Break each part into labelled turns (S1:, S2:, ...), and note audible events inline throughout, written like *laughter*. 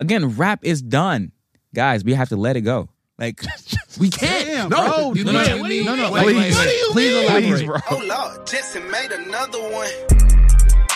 S1: Again, rap is done. Guys, we have to let it go. Like *laughs* we can't.
S2: Damn,
S3: No,
S2: bro.
S3: you
S2: no,
S3: can't.
S2: no,
S3: What do you
S2: no, no,
S3: mean?
S2: wait,
S3: Please,
S2: wait,
S3: what do
S2: wait.
S3: you
S2: please
S3: mean?
S2: elaborate.
S3: Please, bro.
S4: Oh Lord, Justin made another one.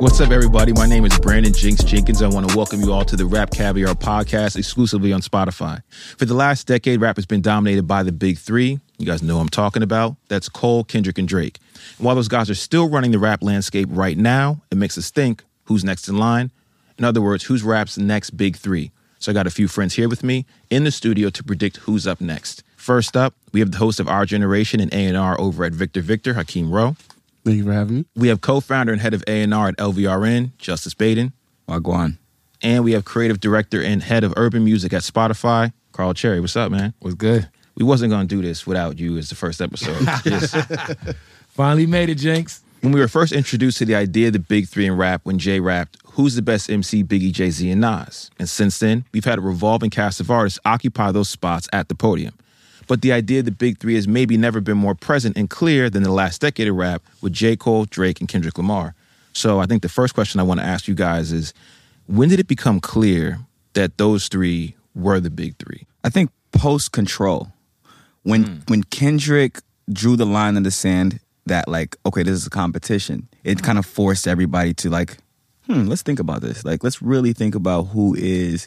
S3: What's up, everybody? My name is Brandon Jinx Jenkins. I want to welcome you all to the Rap Caviar podcast exclusively on Spotify. For the last decade, rap has been dominated by the big three. You guys know who I'm talking about. That's Cole, Kendrick, and Drake. And while those guys are still running the rap landscape right now, it makes us think who's next in line? In other words, who's rap's next big three? So I got a few friends here with me in the studio to predict who's up next. First up, we have the host of Our Generation and A&R over at Victor Victor, Hakeem Rowe.
S2: Thank you for having me.
S3: We have co-founder and head of A&R at LVRN, Justice Baden,
S1: Wagwan.
S3: and we have creative director and head of urban music at Spotify, Carl Cherry. What's up, man?
S5: Was good.
S3: We wasn't gonna do this without you as the first episode. Just-
S5: Finally made it, Jinx.
S3: when we were first introduced to the idea of the big three in rap, when Jay rapped, "Who's the best MC? Biggie, Jay Z, and Nas." And since then, we've had a revolving cast of artists occupy those spots at the podium. But the idea of the big three has maybe never been more present and clear than the last decade of rap with J. Cole, Drake, and Kendrick Lamar. So I think the first question I want to ask you guys is when did it become clear that those three were the big three?
S1: I think post control. When when Kendrick drew the line in the sand that like, okay, this is a competition, it kind of forced everybody to like, hmm, let's think about this. Like, let's really think about who is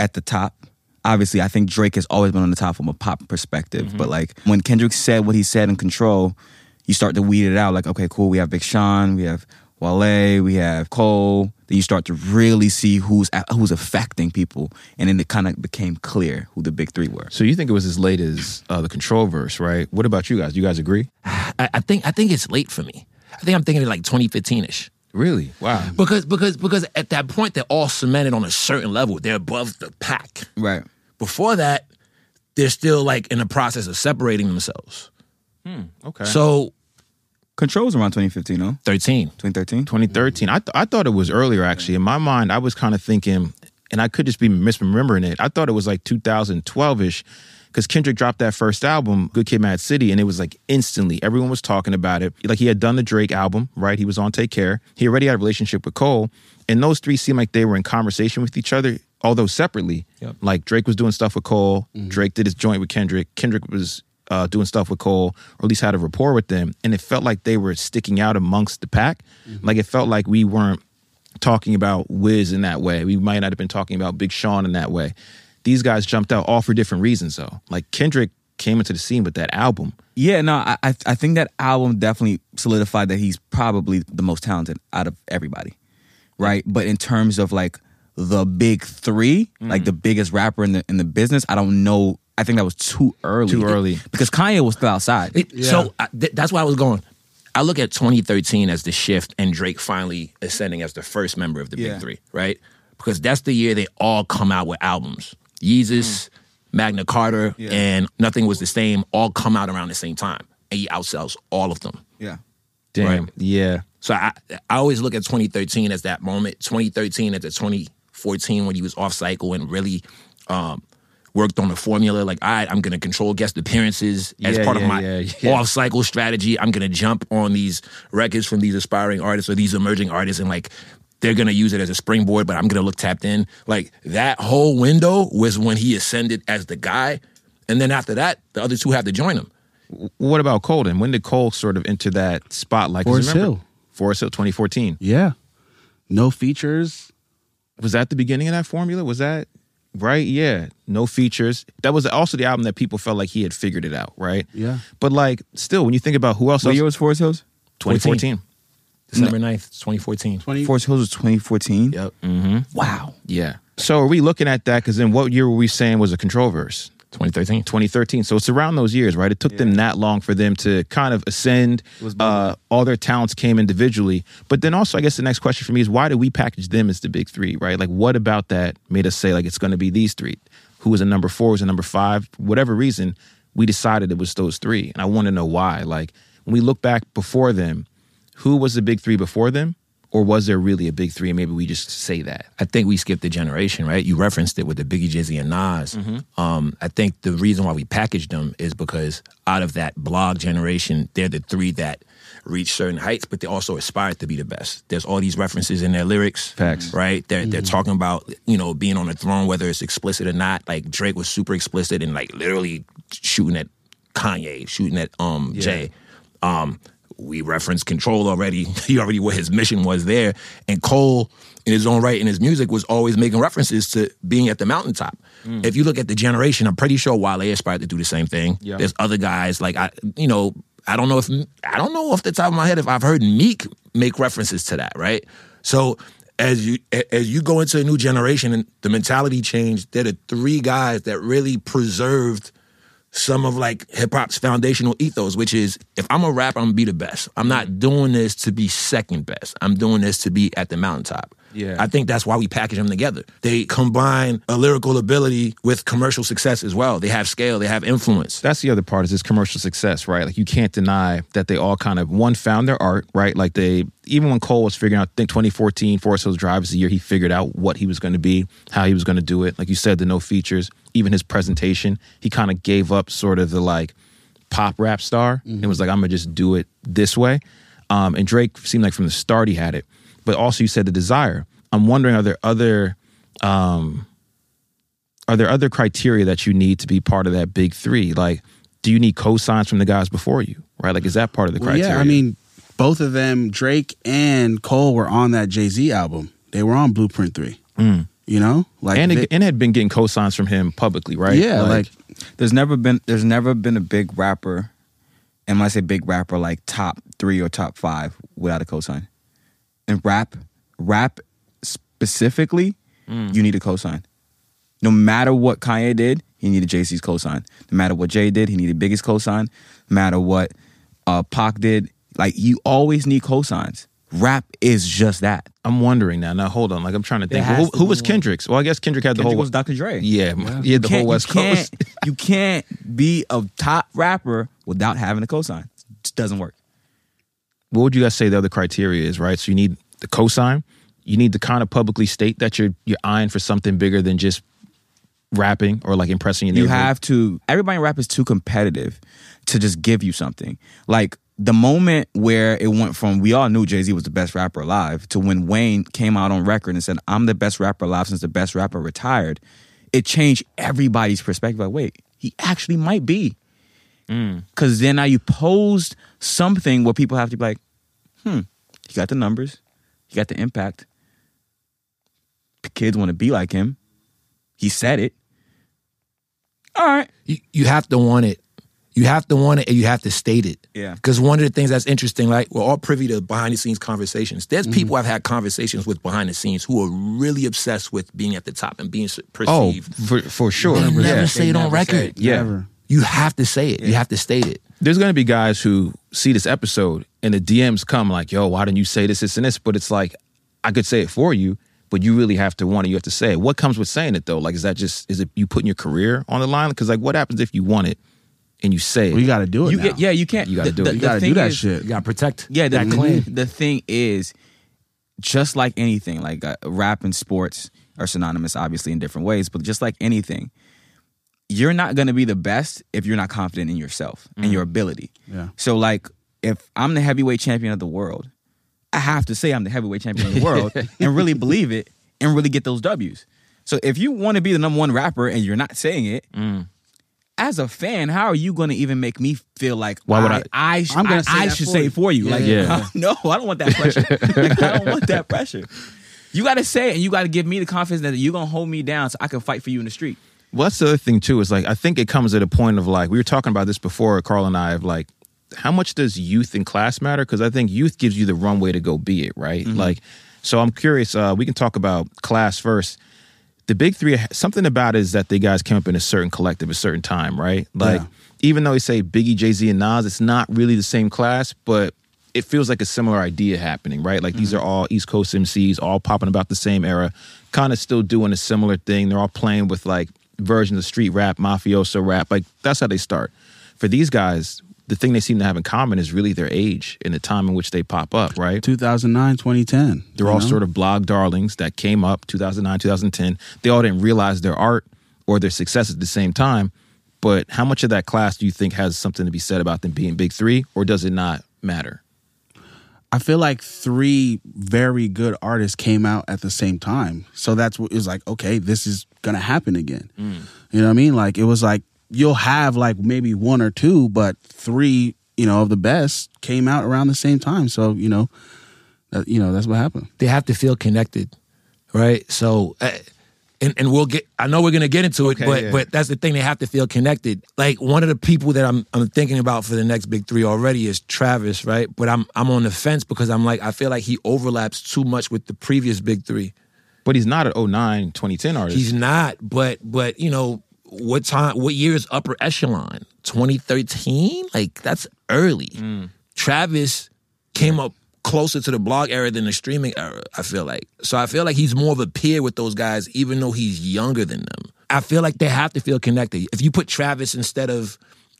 S1: at the top. Obviously, I think Drake has always been on the top from a pop perspective, but like when Kendrick said what he said in control, you start to weed it out, like, okay, cool, we have Big Sean, we have Wale, we have Cole. Then you start to really see who's who's affecting people, and then it kind of became clear who the big three were.
S3: So you think it was as late as uh, the Control verse, right? What about you guys? You guys agree?
S5: I, I think I think it's late for me. I think I'm thinking like 2015 ish.
S3: Really? Wow.
S5: Because because because at that point they're all cemented on a certain level. They're above the pack.
S1: Right.
S5: Before that, they're still like in the process of separating themselves.
S3: Okay.
S5: So
S1: Controls around 2015, no?
S5: 13.
S1: 2013.
S3: 2013. I, th- I thought it was earlier, actually. In my mind, I was kind of thinking, and I could just be misremembering it. I thought it was like 2012 ish because Kendrick dropped that first album, Good Kid Mad City, and it was like instantly everyone was talking about it. Like he had done the Drake album, right? He was on Take Care. He already had a relationship with Cole, and those three seemed like they were in conversation with each other. Although separately, like Drake was doing stuff with Cole, Drake did his joint with Kendrick, Kendrick was uh, doing stuff with Cole, or at least had a rapport with them, and it felt like they were sticking out amongst the pack.
S2: Mm-hmm.
S3: Like it felt like we weren't talking about Wiz in that way. We might not have been talking about Big Sean in that way. These guys jumped out all for different reasons, though. Like Kendrick came into the scene with that album.
S1: Yeah, no, I I I think that album definitely solidified that he's probably the most talented out of everybody, right? But in terms of like the big 3 like the biggest rapper in the in the business, I don't know. I think that was too early.
S3: Too early.
S1: because Kanye was still outside.
S5: It- So I, th- that's why I was going. I look at 2013 as the shift and Drake finally ascending as the first member of the
S1: Yeah.
S5: Big Three, right? Because that's the year they all come out with albums. Yeezus, Magna Carta, and Nothing Was the Same all come out around the same time. And he outsells all of them.
S1: yeah.
S3: Damn.
S5: Right.
S3: Yeah.
S5: So I, I always look at 2013 as that moment. 2013 as the 2014 when he was off cycle and really um, worked on the formula. Like, all right, I'm going to control guest appearances as
S3: Yeah,
S5: part
S3: yeah,
S5: of my
S3: yeah, yeah.
S5: off cycle strategy. I'm going to jump on these records from these aspiring artists or these emerging artists and like. They're gonna use it as a springboard, but I'm gonna look tapped in. Like that whole window was when he ascended as the guy, and then after that, the other two have to join him.
S3: What about Cole? And when did Cole sort of enter that spotlight? 'Cause
S2: Forest
S3: remember-
S2: Hill.
S3: Forest Hill, 2014.
S2: Yeah. No features.
S3: was that the beginning of that formula? Was that right? Yeah, no features. That was also the album that people felt like he had figured it out, right?
S2: Yeah.
S3: But like, still, when you think about who else,
S1: What
S3: else
S1: year was Forest Hills?
S3: 2014.
S5: December 9th, 2014.
S2: 20,
S1: Forest Hills was 2014.
S3: Yep. hmm
S1: Wow.
S3: Yeah. So are we looking at that? Because then, what year were we saying was a control verse?
S5: 2013.
S3: 2013. So it's around those years, right? It took them that long for them to kind of ascend. Uh, all their talents came individually. But then also, I guess the next question for me is why did we package them as the big three, right? Like, what about that made us say, like, it's going to be these three? Who was a number four, who was a number five? Whatever reason, we decided it was those three. And I want to know why. Like, when we look back before them, who was the big three before them? Or was there really a big three? And maybe we just say that.
S5: I think we skipped a generation, right? You referenced it with the Biggie, Jizzy, and Nas. Um, I think the reason why we packaged them is because out of that blog generation, they're the three that reach certain heights, but they also aspired to be the best. There's all these references in their lyrics,
S3: Facts.
S5: right? They're, they're talking about you know being on the throne, whether it's explicit or not. Like Drake was super explicit and like literally shooting at Kanye, shooting at um Jay. Um, we referenced control already. *laughs* he already what his mission was there. And Cole, in his own right, in his music, was always making references to being at the mountaintop. If you look at the generation, I'm pretty sure Wale aspired to do the same thing.
S3: Yeah.
S5: There's other guys like I, you know, I don't know if I don't know off the top of my head if I've heard Meek make references to that. Right. So as you a- as you go into a new generation and the mentality change, they're the three guys that really preserved some of like hip hop's foundational ethos, which is if I'm a rapper, I'm gonna be the best. I'm
S3: Mm.
S5: not doing this to be second best. I'm doing this to be at the mountaintop.
S3: Yeah.
S5: I think that's why we package them together. They combine a lyrical ability with commercial success as well. They have scale, they have influence.
S3: That's the other part is this commercial success, right? Like you can't deny that they all kind of one found their art, right? Like they even when Cole was figuring out, I think 2014, Forest Hills Drive is the year he figured out what he was going to be, how he was going to do it. Like you said, the no features, even his presentation, he kind of gave up sort of the like pop rap star and was like, I'm gonna just do it this way. Um, and Drake seemed like from the start he had it, but also you said the desire. I'm wondering are there other are there other criteria that you need to be part of that big three? Like, do you need cosigns from the guys before you? Right? Like, is that part of the
S2: Well,
S3: criteria?
S2: yeah, I mean, both of them, Drake and Cole, were on that Jay Z album. They were on Blueprint Three. You know, like
S3: Mm. and
S2: they-
S3: it, and had been getting cosigns from him publicly, right?
S2: yeah, like,
S1: There's never been there's never been a big rapper, and when I say big rapper, like top three or top five without a cosign. And rap, rap specifically, you need a cosign. No matter what Kanye did, he needed JC's cosign. No matter what Jay did, he needed Biggest cosign. No matter what uh, Pac did, like you always need cosigns. Rap is just that.
S3: I'm wondering now. Now hold on, like I'm trying to think.
S1: has
S3: Who,
S1: to
S3: who
S1: be
S3: was
S1: one.
S3: Kendrick's? Well, I guess Kendrick had
S1: Kendrick
S3: the whole
S1: was Dr. Dre.
S3: *laughs* yeah, yeah, the whole West Coast.
S1: you can't be a top rapper without having a cosign. It just doesn't work.
S3: *laughs* What would you guys say the other criteria is? Right, so you need the cosign. You need to kind of publicly state that you're you're eyeing for something bigger than just rapping or like impressing your
S1: You
S3: neighborhood.
S1: have to. Everybody in rap is too competitive to just give you something. Like the moment where it went from we all knew Jay Z was the best rapper alive to when Wayne came out on record and said I'm the best rapper alive since the best rapper retired, it changed everybody's perspective. Like wait, he actually might be. Because then now you posed something where people have to be like, hmm, he got the numbers, he got the impact. Kids want to be like him. He said it. All right.
S5: You, you have to want it. You have to want it and you have to state it.
S1: Yeah.
S5: Because one of the things that's interesting, like we're all privy to behind the scenes conversations. There's
S3: Mm-hmm.
S5: people I've had conversations with behind the scenes who are really obsessed with being at the top and being s-
S3: oh
S5: perceived.
S3: for for sure.
S5: They
S3: yeah.
S5: never say it on record.
S3: yeah.
S2: Never.
S5: You have to say it. You have to state it.
S3: there's going to be guys who see this episode and the DMs come like, yo, why didn't you say this, this, and this? But it's like, I could say it for you, but you really have to want it. You have to say it. What comes with saying it though? Like, is that just, is it you putting your career on the line? Because, like, what happens if you want it and you say it?
S2: we got to do it.
S1: You
S2: now.
S1: get, yeah, you can't.
S3: You gotta
S1: the-
S3: do it.
S1: the-
S2: you
S1: the
S2: got to do
S1: thing
S2: that
S1: is-
S2: shit.
S5: You got to protect
S1: Yeah, the,
S5: that
S1: the-
S5: claim.
S1: the thing is, just like anything, like uh, rap and sports are synonymous, obviously, in different ways, but just like anything, you're not going to be the best if you're not confident in yourself and your ability.
S2: Mm. Yeah.
S1: So, like, if I'm the heavyweight champion of the world, I have to say I'm the heavyweight champion of the
S2: *laughs*
S1: world and really believe it and really get those W's. So, if you want to be the number one rapper and you're not saying it,
S2: Mm.
S1: as a fan, how are you going to even make me feel like
S3: Why would
S1: I, I, sh-
S2: I'm gonna
S1: I-
S2: say
S1: I
S2: that
S1: should
S2: for
S1: say
S2: you.
S1: it for you?
S2: Yeah,
S1: like,
S3: yeah.
S1: no, I don't want that
S5: *laughs*
S1: pressure. like, I don't want that pressure. You got to say it, and you got to give me the confidence that you're going to hold me down so I can fight for you in the street.
S3: Well, that's the other thing too. Is like I think it comes at a point of like we were talking about this before, Carl and I, of like how much does youth and class matter? Because I think youth gives you the runway to go be it, right? Like, so I'm curious. Uh, we can talk about class first. The big three, something about it is that they guys came up in a certain collective, a certain time, right? Like,
S2: Yeah.
S3: even though they say Biggie, Jay Z, and Nas, it's not really the same class, but it feels like a similar idea happening, right? Like these are all East Coast MCs, all popping about the same era, kind of still doing a similar thing. They're all playing with like versions of street rap, mafioso rap. Like that's how they start. For these guys, the thing they seem to have in common is really their age and the time in which they pop up, right?
S2: 2009, 2010.
S3: They're all sort of blog darlings that came up 2009, 2010. They all didn't realize their art or their success at the same time. But how much of that class do you think has something to be said about them being big three, or does it not matter?
S2: I feel like three very good artists came out at the same time. So that's what it was like, okay, this is gonna happen again. You know what I mean? Like it was like you'll have like maybe one or two, but three, you know, of the best came out around the same time. So, you know, that, you know, that's what happened.
S5: they have to feel connected, right? So, uh, and and we'll get. I know we're gonna get into it,
S3: Okay,
S5: but
S3: yeah.
S5: but that's the thing. They have to feel connected. Like one of the people that I'm I'm thinking about for the next big three already is Travis, right? But I'm I'm on the fence because I'm like I feel like he overlaps too much with the previous big three.
S3: But he's not an 09, 2010 artist.
S5: He's not, but but you know what time? What year is upper echelon? 2013? Like that's early. Travis came up closer to the blog era than the streaming era. I feel like so. I feel like he's more of a peer with those guys, even though he's younger than them. I feel like they have to feel connected. If you put Travis instead of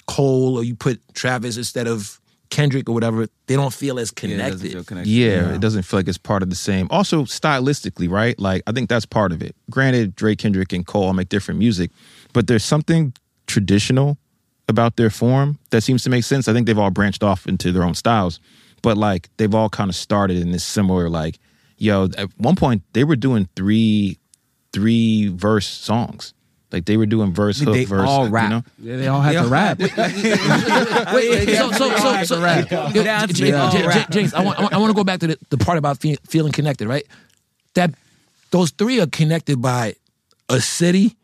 S5: Cole, or you put Travis instead of Kendrick or whatever, they don't feel as connected.
S3: Yeah, it doesn't feel like it's part of the same. Also, stylistically, right? Like, I think that's part of it. Granted, Drake, Kendrick, and Cole all make different music, but there's something traditional about their form that seems to make sense. I think they've all branched off into their own styles, but like, they've all kind of started in this similar, like, yo, at one point, they were doing three, three verse songs. Like, they were doing verse, hook,
S1: They
S3: verse.
S1: all rap.
S3: You know?
S2: Yeah, they all had to rap.
S5: Wait, wait, so, so, so, so,
S2: rap.
S5: yo, J- J- J- J- Jinx, I want, I want- I want to go back to the, the part about fe- feeling connected, right? That those three are connected by a city,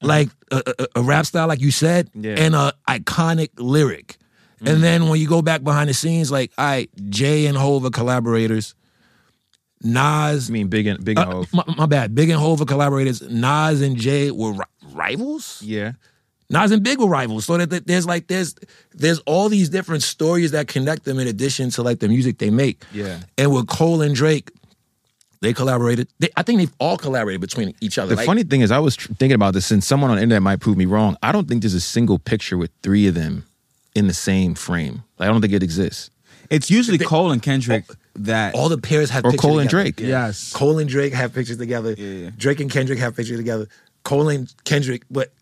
S5: like a, a- a rap style, like you said,
S3: Uh-huh. Yeah.
S5: and a iconic lyric. And then when you go back behind the scenes, like, all right, Jay and Hove are collaborators. Nas
S3: I mean, big and big and
S5: uh,
S3: Hov.
S5: my, my bad. Big and Hove are collaborators. Nas and Jay were ri- rivals.
S3: Yeah.
S5: Nas and Big were rivals. So that, that there's like there's there's all these different stories that connect them in addition to like the music they make.
S3: Yeah.
S5: And with Cole and Drake, they collaborated. They, I think they've all collaborated between each other.
S3: The
S5: Like,
S3: funny thing is, I was tr- thinking about this, and someone on the internet might prove me wrong. I don't think there's a single picture with three of them in the same frame. Like, I don't think it exists.
S1: It's usually Cole and Kendrick that
S5: all the pairs have
S3: Or
S5: pictures
S3: Cole and
S5: together.
S2: *laughs*
S3: Drake.
S2: yes.
S5: Cole and Drake have pictures together.
S1: yeah.
S5: Drake and Kendrick have pictures together. Cole and Kendrick, but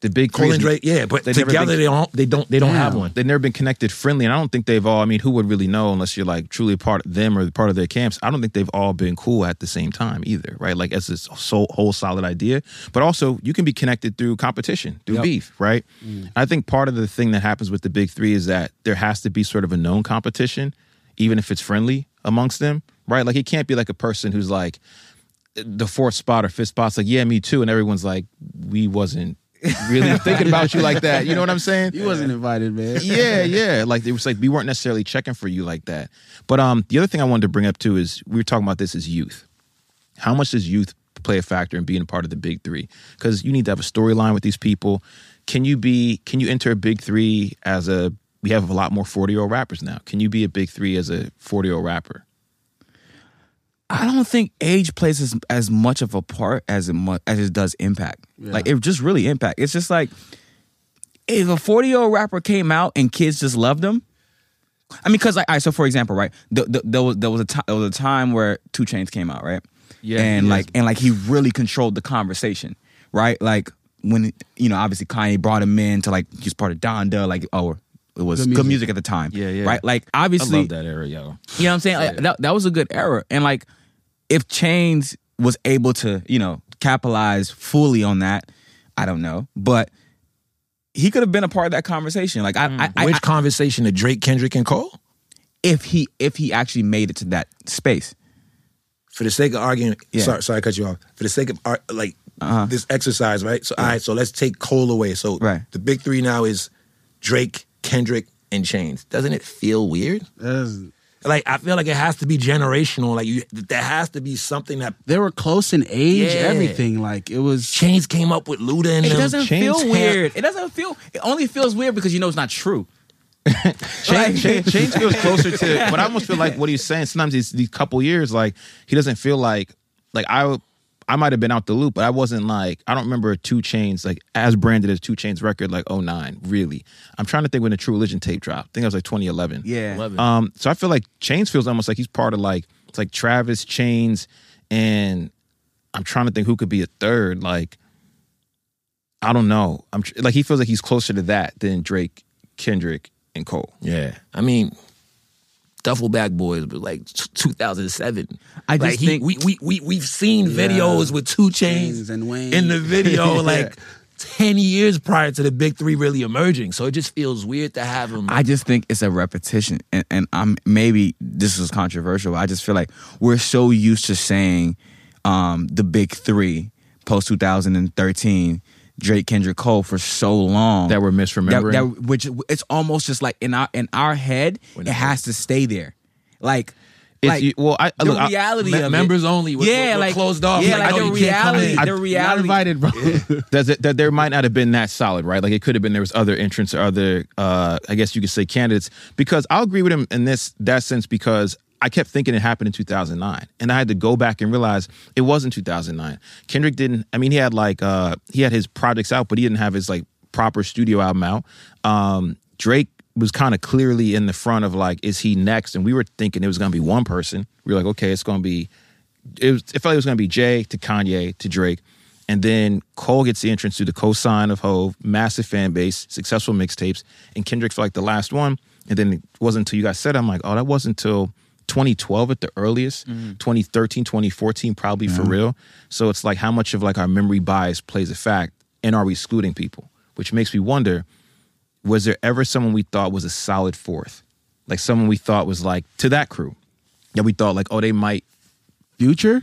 S3: The big
S5: Cole
S3: three
S5: and
S3: is-
S5: Drake, yeah, but
S3: they've never
S5: together
S3: been-
S5: they don't they don't they don't have
S2: Damn.
S5: one.
S3: They've never been connected friendly, and I don't think they've all. I mean, who would really know unless you're like truly part of them or part of their camps? I don't think they've all been cool at the same time either, right? Like as this so whole solid idea, but also you can be connected through competition, through beef, right? I think part of the thing that happens with the big three is that there has to be sort of a known competition, even if it's friendly amongst them, right? Like it can't be like a person who's like the fourth spot or fifth spot's like, yeah, me too, and everyone's like, we wasn't really thinking about you like that. You know what
S2: *laughs*
S3: I'm saying?
S2: He wasn't invited, man.
S3: yeah, yeah. Like it was like we weren't necessarily checking for you like that. But um, the other thing I wanted to bring up too is we were talking about this is youth. How much does youth play a factor in being a part of the big three? Because you need to have a storyline with these people. Can you be? Can you enter a big three as a? We have a lot more forty year old rappers now. Can you be a big three as a forty year old rapper?
S1: I don't think age plays as, as much of a part as it mu- as it does impact. Like it just really impact. It's just like if a forty year old rapper came out and kids just loved him. I mean, because like, all right, so for example, right, th- th- there was there was a ti- there was a time where Two Chains came out, right?
S3: Yeah,
S1: and
S3: yes.
S1: like and like he really controlled the conversation, right? Like when you know, obviously Kanye brought him in to like he was part of Donda, like oh, it was
S2: Good
S1: good
S2: music.
S1: music, at the time,
S3: Yeah, yeah.
S1: right? Like
S3: I
S1: obviously
S3: love that era,
S1: you
S3: yo.
S1: know what I'm saying? Like, that, that was a good era. And like, if Chains was able to, you know, capitalize fully on that, I don't know. But he could have been a part of that conversation. Like, I, I, I,
S5: Which conversation of Drake, Kendrick, and Cole?
S1: if he, if he actually made it to that space,
S5: for the sake of arguing,
S1: Yeah.
S5: sorry, sorry, I cut you off. For the sake of ar- like this exercise, right? So, all right, so let's take Cole away. So,
S1: Right.
S5: the big three now is Drake, Kendrick, and Chains. Doesn't it feel weird?
S2: *laughs* That is-
S5: Like, I feel like it has to be generational. Like, you, there has to be something that
S2: They were close in age,
S5: Yeah.
S2: everything. Like it was
S5: Chains came up with Luda and
S1: it
S5: them.
S1: doesn't
S3: Chains
S1: feel
S3: had-
S1: weird. It doesn't feel. It only feels weird because you know it's not
S3: *laughs*
S1: true. Like-
S3: Change, change
S1: *laughs*
S3: feels closer to, but I almost feel like what he's saying. Sometimes these these couple years, like he doesn't feel like like I I might have been out the loop, but I wasn't like I don't remember Two Chains like as branded as Two Chains record like 09, really. I'm trying to think when the True Religion tape dropped. I think it was like 2011.
S1: Yeah.
S5: Love it.
S3: Um, so I feel like Chains feels almost like he's part of like it's like Travis Chains, and I'm trying to think who could be a third. Like, I don't know. I'm tr- like he feels like he's closer to that than Drake, Kendrick, and Cole.
S5: Yeah, I mean, Duffel Bag Boys was like t- 2007.
S1: I just
S5: Like, he-
S1: think-
S5: we we we we've seen videos with two chains
S2: Chainz and Wayne.
S5: in the video like. 10 years prior to the big three really emerging. So it just feels weird to have him.
S1: I just think it's a repetition, and, and I'm maybe this is controversial. But I just feel like we're so used to saying um, the big three post 2013, Drake, Kendrick, Cole for so long
S3: That we're
S1: that,
S3: misremembering.
S1: that which it's almost just like in our in our head, it has to stay there, like.
S3: If
S1: like
S3: you- well, I-
S1: the
S3: look, I-
S1: reality
S5: me-
S1: of it.
S5: members only. We're-
S1: yeah,
S5: we're- we're
S1: like
S5: closed off.
S1: Yeah,
S5: Like,
S1: like,
S5: no,
S1: the
S5: you can't come
S1: reality,
S5: in.
S1: the reality.
S2: invited, bro.
S3: Does it that there might not have been that solid, right? Like it could have been there was other entrants or other uh I guess you could say candidates because I'll agree with him in this that sense because I kept thinking it happened in 2009 and I had to go back and realize it wasn't 2009. Kendrick didn't I mean he had like uh he had his projects out but he didn't have his like proper studio album out. Um Drake was kind of clearly in the front of like is he next and we were thinking it was going to be one person. We were like okay, it's going to be it, was, it felt like it was going to be Jay to Kanye to Drake. And then Cole gets the entrance through the cosign of Hove, massive fan base, successful mixtapes, and Kendrick for like the last one. And then it wasn't until you guys said, it, I'm like, oh, that wasn't until 2012 at the earliest, 2013, 2014, probably for real. So it's like how much of like our memory bias plays a fact, and are we excluding people? Which makes me wonder, was there ever someone we thought was a solid fourth? Like someone we thought was like to that crew that we thought like, oh, they might
S2: Future?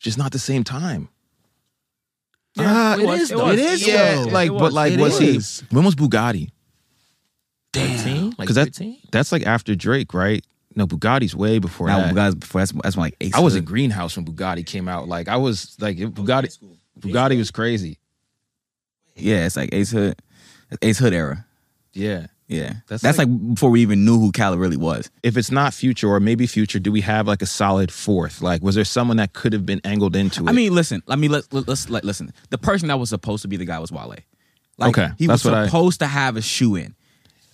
S3: just not the same time.
S1: Yeah,
S3: Ah,
S1: it was,
S5: is,
S1: it
S5: though.
S1: was,
S2: It is,
S1: yeah,
S2: though.
S1: Oh. it
S3: like,
S1: was.
S3: but like,
S2: It
S3: was
S2: is.
S3: he? When was Bugatti?
S5: 13? Like
S3: Because that's
S5: 13?
S3: that's like after Drake, right? No, Bugatti's way before
S1: Now,
S3: that.
S1: guys, before that's, that's when like Ace
S3: I was in
S1: Hood.
S3: greenhouse when Bugatti came out. Like I was like it- Bugatti. Bugatti was crazy.
S1: Yeah, it's like Ace Hood, Ace Hood era.
S3: Yeah.
S1: Yeah,
S3: That's
S1: that's, like, before we even knew who Khaled really was.
S3: If it's not future or maybe future, do we have like a solid fourth? Like, was there someone that could have been angled into it?
S1: I mean, listen. I mean, let's let, let's let, listen. The person that was supposed to be the guy was Wale. Like,
S3: Okay,
S1: he
S3: that's
S1: was
S3: what I-
S1: supposed to have a shoe in.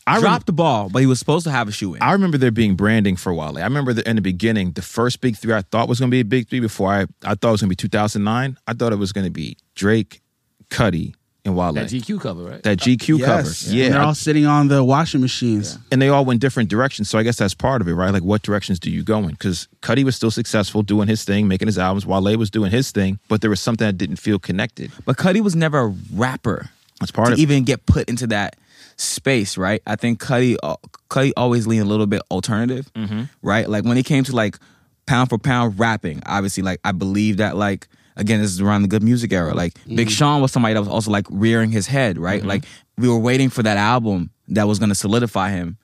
S3: I
S1: I
S3: rem-
S1: dropped the ball, but he was supposed to have a shoe in.
S3: I remember there being branding for Wale. I remember that in the beginning, the first big three I thought was going to be a big three before I, I thought it was going to be 2009. I thought it was going to be Drake, Cuddy, and Wale.
S5: That GQ cover, right?
S3: That GQ cover. Yeah.
S2: And they're all sitting on the washing machines.
S3: and they all went different directions. So I guess that's part of it, right? Like, what directions do you go in? Because Cuddy was still successful doing his thing, making his albums. Wale was doing his thing, but there was something that didn't feel connected.
S1: but Cuddy was never a rapper.
S3: That's part
S1: to
S3: of it.
S1: even get put into that space, right? I think Cuddy uh, Cuddy always leaned a little bit alternative,
S3: Mm-hmm.
S1: right? Like when it came to like pound for pound rapping, obviously, like I believe that like again, this is around the good music era. Like
S3: Mm-hmm.
S1: Big Sean was somebody that was also like rearing his head, right? Like we were waiting for that album that was going to solidify him,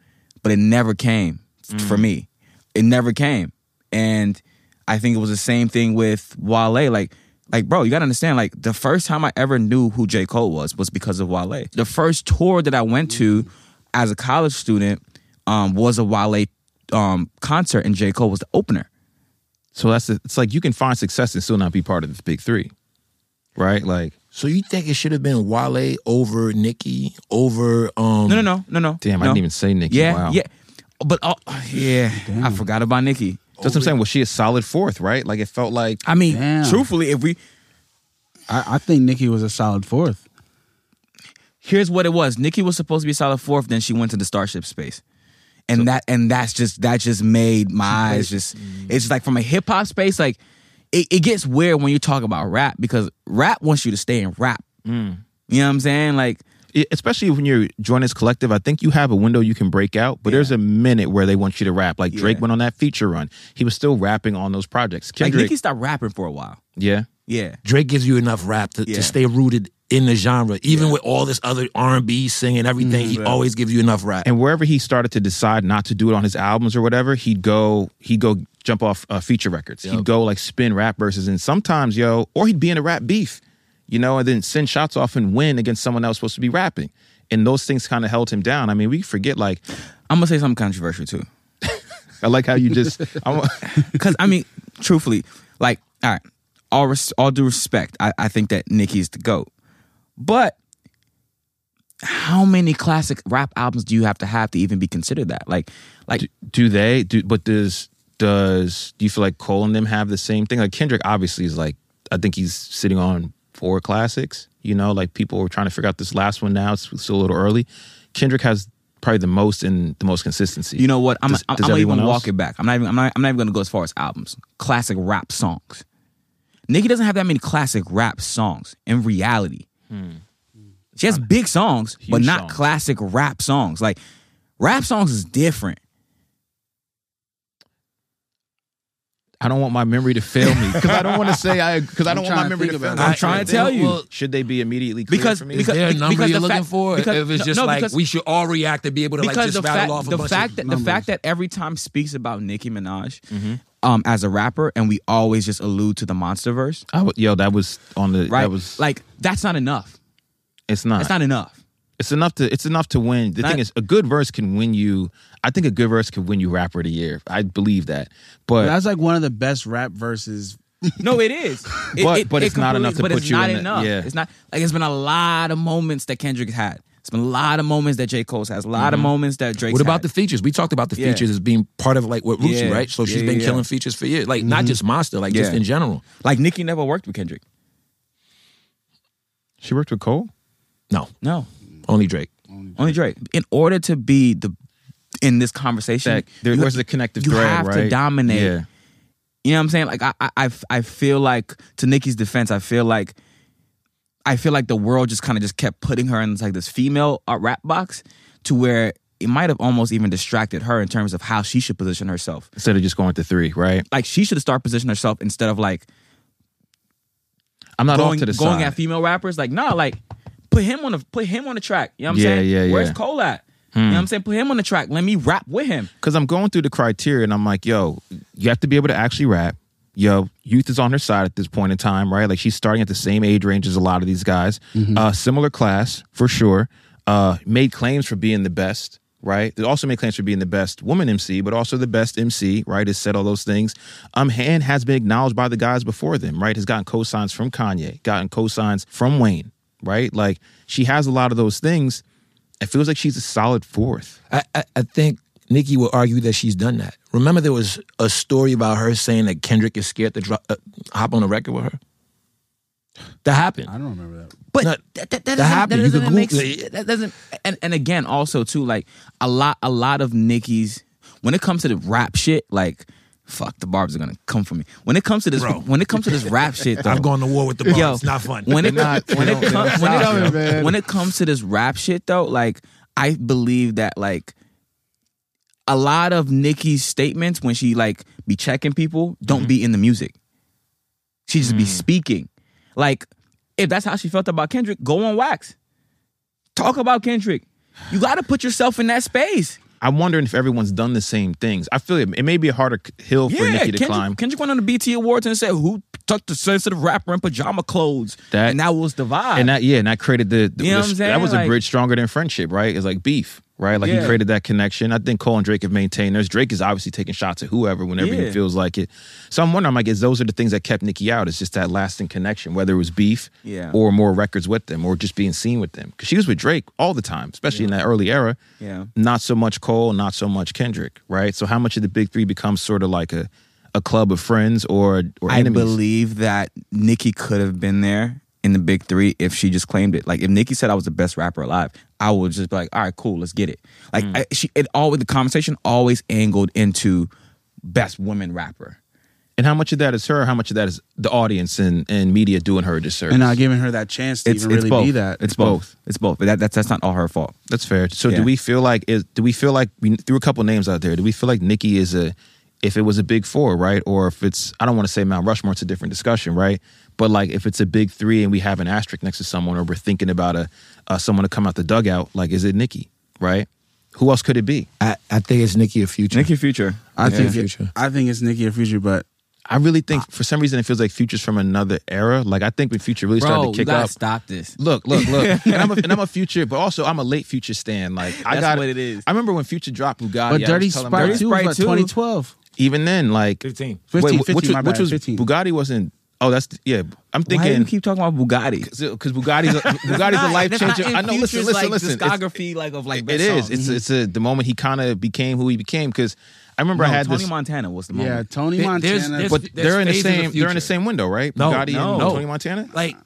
S1: but it never came f- for
S3: Mm.
S1: me. It never came, and I think it was the same thing with Wale, like. Like, bro, you gotta understand, like, the first time I ever knew who J. Cole was was because of Wale. The first tour that I went
S3: Mm.
S1: to as a college student um, was a Wale um, concert, and J. Cole was the opener.
S3: So that's the, it's like you can find success and still not be part of the big three, right? Like,
S5: so you think it should have been Wale over Nicki over um
S1: No, no, no, no, no.
S3: damn, I
S1: no.
S3: didn't even say Nicki.
S1: Yeah,
S3: wow.
S1: yeah. But, oh, yeah, I forgot about Nicki.
S3: That's what I'm saying. Was she a solid fourth, right? Like, it felt like
S1: I mean,
S2: Damn.
S1: truthfully, if we,
S2: I, I think Nicki was a solid fourth.
S1: here's what it was Nicki was supposed to be solid fourth, then she went to the Starship space. And that and that's just that just made my eyes just it's just like from a hip hop space, like it, it gets weird when you talk about rap because rap wants you to stay in rap. You know what I'm saying? Like
S3: it- e, especially when you're joining this collective, I think you have a window you can break out, but there's a minute where they want you to rap. Like Drake
S1: Yeah.
S3: went on that feature run. He was still rapping on those projects.
S1: like
S3: Kendrick,
S1: Nicki stopped rapping for a while.
S3: yeah.
S1: Yeah.
S5: Drake gives you enough rap to,
S1: Yeah.
S5: to stay rooted in the genre, even with all this other R and B singing, everything.
S1: Mm-hmm.
S5: he always gives you enough rap.
S3: And wherever he started to decide not to do it on his albums or whatever, he'd go he'd go jump off uh, feature records. He'd go like spin rap verses and sometimes, yo, or he'd be in a rap beef, you know, and then send shots off and win against someone else supposed to be rapping. And those things kind of held him down. I mean, we forget like
S1: I'm gonna say something controversial too.
S3: I like how you just *laughs* I'm,
S1: Cause I mean, truthfully, like, all right, all res- all due respect, I, I think that Nicki's the goat. But how many classic rap albums do you have to have to even be considered that? Like, like
S3: do, do they do but does does do you feel like cole and them have the same thing like kendrick obviously is like i think he's sitting on four classics you know like people were trying to figure out this last one now it's still a little early kendrick has probably the most and the most consistency
S1: you know what? I'm
S3: Does-
S1: I'm,
S3: does
S1: I'm gonna
S3: everyone
S1: even
S3: else?
S1: walk it back. I'm not even I'm not, I'm not even gonna go as far as albums. Classic rap songs. Nicki doesn't have that many classic rap songs. In reality, she has big songs, but
S3: Hmm. Huge
S1: not
S3: songs.
S1: classic rap songs. Like rap songs is different.
S3: i don't want my memory to fail me because i don't want to say i because i
S2: I'm
S3: don't want my
S2: trying to
S3: memory
S2: think
S3: to fail
S2: about
S3: me
S1: it. I'm
S3: Should
S1: trying to
S3: they-
S1: tell you.
S3: well, should they be immediately clear
S1: Because-
S3: for me?
S5: Is
S1: because-
S5: there a number
S1: because
S5: you're
S1: the
S5: looking
S1: fact-
S5: for?
S1: because-
S5: if it's
S1: no,
S5: just
S1: no,
S5: like
S1: because-
S5: we should all react to be able to like just
S1: the
S5: rattle
S1: fact,
S5: off a
S1: the
S5: bunch
S1: fact
S5: of
S1: that the
S2: numbers.
S1: fact that every time speaks about Nicki Minaj um, as a rapper, and we always just allude to the MonsterVerse,
S3: I would- yo that was on the
S1: right?
S3: that was like
S1: like that's not enough.
S3: it's not
S1: It's not enough.
S3: It's enough to it's enough to win. The
S1: Not-
S3: thing is, a good verse can win you. I think a good verse can win you rapper of the year. I believe that, but
S2: That's like one of the best rap verses.
S1: No, it is. It-
S3: But-
S1: it-
S3: but
S1: it
S3: it's not
S1: completely-
S3: enough to
S1: but
S3: put
S1: it's
S3: you
S1: not
S3: in the-
S1: enough.
S3: yeah.
S1: It's not like it's been a lot of moments that Kendrick's had. It's been a lot of moments that J. Cole's has. A lot of moments that Drake's.
S5: What about the
S1: had.
S5: features? We talked about the
S1: Yeah.
S5: features as being part of like what Roots,
S1: Yeah.
S5: right? So she's
S1: Yeah,
S5: been
S1: yeah,
S5: killing
S1: yeah.
S5: features for years, like not just Monster, like just
S1: Yeah.
S5: in general.
S1: like Nicki never worked with Kendrick?
S3: she worked with Cole.
S5: No,
S1: No,
S5: only Drake.
S1: only Drake. In order to be the in this conversation,
S3: That there
S1: you-
S3: was the connective
S1: you
S3: thread,
S1: have
S3: right?
S1: to dominate.
S3: Yeah,
S1: You know what I'm saying? Like I, I- I, f- I feel like to Nikki's defense, I feel like, I feel like the world just kind of just kept putting her in like this female uh, rap box, to where it might have almost even distracted her in terms of how she should position herself.
S3: instead of just going to three, right?
S1: Like she should start positioning herself instead of like
S3: I'm not
S1: going
S3: off to the
S1: going
S3: side.
S1: at female rappers. Like nah, like put him on the put him on the track. You know what I'm
S3: Yeah,
S1: saying?
S3: yeah,
S1: Where's
S3: yeah. Hmm.
S1: Cole at? You know what I'm saying? Put him on the track. Let me rap with him.
S3: because I'm going through the criteria and I'm like, yo, you have to be able to actually rap. Yo, youth is on her side at this point in time, right? Like she's starting at the same age range as a lot of these guys. Uh, similar class for sure. Uh, made claims for being the best, right? They also made claims for being the best woman MC, but also the best MC, right? Has said all those things. Um, and has been acknowledged by the guys before them, right? Has gotten cosigns from Kanye, gotten cosigns from Wayne, right? Like she has a lot of those things. It feels like she's a solid fourth.
S5: I, I, I think Nikki will argue that she's done that. Remember, there was a story about her saying that Kendrick is scared to drop, uh, hop on a record with her. That happened.
S2: I don't remember that.
S1: But
S5: No,
S1: that, that, that
S5: that
S1: doesn't,
S5: happened.
S1: that
S5: You
S1: doesn't
S5: could
S1: make
S5: Google
S1: sense.
S5: it.
S1: That doesn't. And and again, also too, like a lot, a lot of Nicki's when it comes to the rap shit, like. Fuck, the barbs are gonna come for me. When it comes to this,
S5: Bro.
S1: when it comes to this rap
S5: *laughs*
S1: shit, though,
S5: I've gone to war with the bars.
S1: Yo,
S5: it's not fun.
S1: When it
S3: Not-
S1: when
S3: they
S1: it
S3: don't-
S1: com-
S3: they don't
S1: when it-
S3: stop, yo.
S1: when it comes to this rap shit though, like I believe that like a lot of Nikki's statements when she like be checking people don't
S3: Mm-hmm.
S1: be in the music. She just
S3: Mm.
S1: be speaking. Like if that's how she felt about Kendrick, go on wax. Talk about Kendrick. You got to put yourself in that space.
S3: I'm wondering if everyone's done the same things. I feel it. It may be a harder c- hill for
S1: yeah,
S3: Nikki to
S1: Kendrick,
S3: climb.
S1: Kendrick went on the BT Awards and said, "Who tucked the sensitive rapper in pajama clothes?"
S3: That-
S1: and that was the vibe.
S3: and that, yeah, and that created the, the-
S1: You know
S3: the-
S1: what I'm
S3: that
S1: saying?
S3: was a
S1: Like-
S3: bridge stronger than friendship, right? It's like beef, right? Like he
S1: Yeah.
S3: created that connection. I think Cole and Drake have maintained theirs. Drake is obviously taking shots at whoever whenever he
S1: Yeah.
S3: feels like it. So I'm wondering, I'm like, is those are the things that kept Nikki out? It's just that lasting connection, whether it was beef
S1: Yeah.
S3: or more records with them or just being seen with them. Because she was with Drake all the time, especially in that early era.
S1: Yeah.
S3: Not so much Cole, not so much Kendrick, right? So how much of the big three becomes sort of like a a club of friends or or
S1: I
S3: enemies?
S1: believe that Nikki could have been there in the big three if she just claimed it. Like if Nikki said I was the best rapper alive, I would just be like, all right, cool, let's get it. Like
S3: Mm.
S1: I, she, it always the conversation always angled into best woman rapper.
S3: And how much of that is her? How much of that is the audience and, and media doing her a
S2: *laughs*
S3: disservice?
S2: And not giving her that chance to
S1: It's,
S2: even
S1: it's
S2: really
S1: both.
S2: be that.
S1: It's both. It's both. But that, that's that's not all her fault.
S3: That's fair. So
S1: Yeah.
S3: do we feel like is do we feel like we threw a couple names out there? Do we feel like Nikki is a if it was a big four, right? Or if it's I don't want to say Mount Rushmore, it's a different discussion, right? But like if it's a big three and we have an asterisk next to someone, or we're thinking about a uh, someone to come out the dugout, like is it Nikki, right? Who else could it be?
S5: I, I think it's Nikki or Future.
S1: Nikki Future.
S2: I
S5: Yeah.
S2: think
S5: Future.
S2: it, I think it's Nicki or Future, but
S3: I really think for some reason it feels like Future's from another era. Like I think when Future really started to kick up,
S1: stop this.
S3: Look, look,
S1: *laughs*
S3: look. and, I'm a, and I'm a future, but also I'm a late future stand. Like I
S1: That's
S3: got
S1: what it is.
S3: I remember when Future dropped Bugatti.
S2: but
S3: Oh, I was
S2: Dirty
S3: telling
S2: Sprite
S3: guys-
S2: Two was
S1: Sprite
S2: like
S1: two.
S2: 2012.
S3: Even then, like
S5: 15.
S2: 15,
S3: which,
S2: 15, my
S3: which
S2: bad,
S3: was
S2: 15.
S3: Bugatti wasn't Oh, that's yeah.
S1: Why
S3: I'm
S1: do you
S3: thinking
S1: keep talking about Bugatti? *laughs*
S3: because Bugatti's a, Bugatti's a life changer. I know. Listen, listen, listen. It's-
S1: Discography, Mm-hmm. like of like
S3: It is. It's it's a, the moment he kind of became who he became. Because I remember I had
S1: Tony
S3: this.
S1: Montana was the
S2: Yeah,
S3: Um,
S1: moment.
S2: Tony
S5: There-
S2: Montana.
S5: there's- there's-
S3: but they're in the
S5: phases of
S3: same. they're in
S5: future.
S3: the same window, right?
S5: No,
S3: Bugatti
S5: no.
S3: and Tony Montana.
S5: Like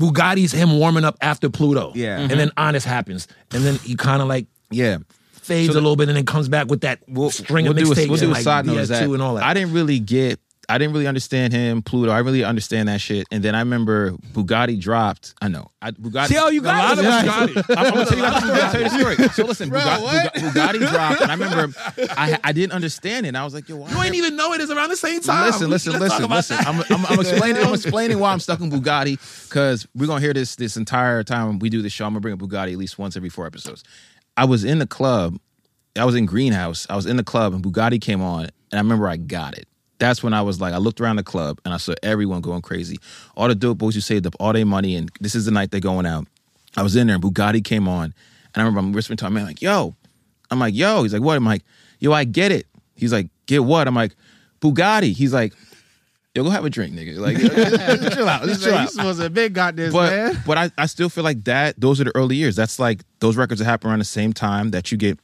S5: Bugatti's him warming up after Pluto.
S1: Yeah.
S5: And then Honest happens. And then he kind of like
S3: yeah.
S5: fades a little bit and then comes back with that string of
S3: do a-
S5: mixtapes
S3: We'll do a
S5: and like
S3: side note. is that
S5: DS2 and all that.
S3: I didn't really get. I didn't really understand him, Pluto. I really understand that shit. And then I remember Bugatti dropped. I know. I, Bugatti.
S1: See, oh, you
S3: A
S1: got it.
S3: lot of us
S1: Right.
S3: got it. *laughs* I'm, I'm gonna tell you, I'm gonna tell you the story. So listen, Bugatti, Bugatti, Bugatti dropped, and I remember I I didn't understand it. And I was like, yo, why?
S5: you ain't even know it is around the same time.
S3: Listen, listen,
S5: Let's
S3: listen,
S5: talk about
S3: listen.
S5: that.
S3: I'm, I'm, I'm explaining. I'm explaining why I'm stuck in Bugatti because we're gonna hear this this entire time we do the show. I'm gonna bring up Bugatti at least once every four episodes. I was in the club. I was in Greenhouse. I was in the club, and Bugatti came on, and I remember I got it. That's when I was like, I looked around the club and I saw everyone going crazy. All the dope boys who saved up all their money, and this is the night they're going out. I was in there, and Bugatti came on, and I remember I'm whispering to my man like, "Yo, I'm like, yo. He's like, what? I'm like, yo, I get it. He's like, get what? I'm like, Bugatti. He's like, yo, go have a drink, nigga. Like, *laughs* chill
S2: *laughs*
S3: out, just chill out.
S2: was a big goddamn
S3: But but I, I still feel like that. Those are the early years. That's like those records that happen around the same time that you get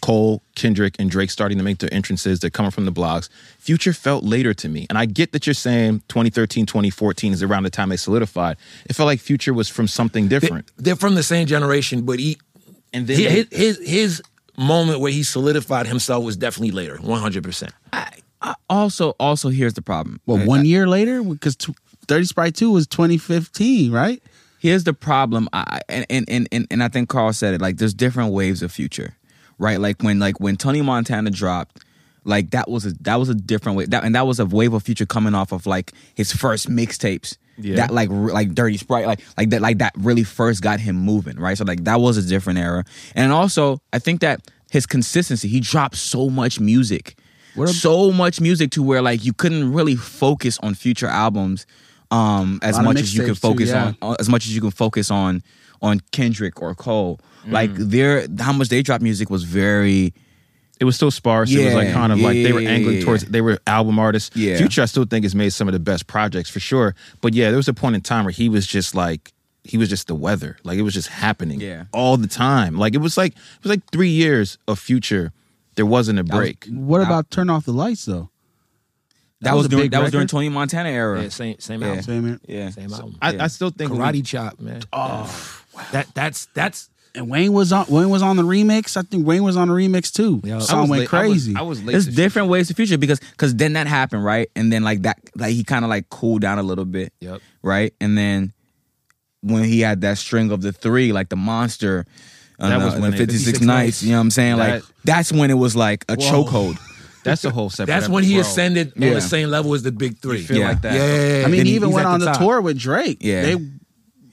S3: Cole, Kendrick, and Drake starting to make their entrances. They're coming from the blogs. Future felt later to me, and I get that you're saying 2013, 2014 is around the time they solidified. It felt like Future was from something different.
S5: They're from the same generation, but he
S3: And then
S5: his his, his moment where he solidified himself was definitely later, one hundred percent.
S1: I also, also here's the problem.
S2: Well,
S1: right?
S2: one year later, because t- Thirty Sprite Two was 2015, right?
S1: here's the problem I, and, and and and and i think carl said it like there's different waves of future right like when like when tony montana dropped like that was a that was a different way that and that was a wave of future coming off of like his first mixtapes
S3: Yeah.
S1: that like re- like dirty sprite like like that like that really first got him moving right so like that was a different era and also i think that his consistency he dropped so much music so much music to where like you couldn't really focus on future albums um as
S2: lot of
S1: much as you
S2: mixtapes
S1: could
S2: too,
S1: focus
S2: yeah.
S1: on uh, as much as you can focus on on Kendrick or Cole. Like their how much they dropped music was very
S3: it was still sparse. it was like
S1: Yeah,
S3: kind of like they were
S1: yeah,
S3: angling
S1: yeah,
S3: towards. They were album artists.
S1: Yeah.
S3: Future, I still think has made some of the best projects for sure. But yeah, there was a point in time where he was just like he was just the weather. Like it was just happening.
S1: Yeah.
S3: all the time. Like it was like it was like three years of Future. There wasn't a break.
S2: What about Turn Off the Lights though?
S1: that,
S2: was
S1: was,
S2: a
S1: during
S2: big
S1: that was during
S2: record?
S1: Tony Montana era.
S5: Yeah, same same
S1: Yeah.
S5: album.
S2: Same here.
S1: Yeah.
S5: Same album.
S3: I,
S1: yeah.
S3: I still think
S5: Karate Chop, man. Oh, that that's that's
S2: And Wayne was on. Wayne was on the remix. I think Wayne was on the remix too.
S5: Yeah. I
S3: I
S2: Song
S3: was
S2: went
S3: late- I was-
S2: crazy.
S3: I was, late.
S1: It's
S3: to shit.
S1: different ways to future because because then that happened right, and then like that like he kind of like cooled down a little bit.
S5: Yep.
S1: Right, and then when he had that string of the three, like the monster. uh,
S3: That
S1: That
S3: was
S1: was
S3: when
S1: when
S3: they-
S1: 56
S5: 56
S1: nights, you know what I'm saying? like,
S3: That-
S1: that's when it was like a
S3: Whoa.
S1: chokehold.
S3: That's a whole separate.
S5: that's when he
S3: bro.
S5: ascended on
S1: Yeah.
S5: the same level as the big three.
S3: feel
S1: Yeah.
S3: like that.
S5: Yeah,
S2: I mean,
S5: Then
S2: he even
S5: he's
S2: went
S5: at
S2: on the,
S5: top.
S2: tour with Drake.
S1: Yeah.
S2: They,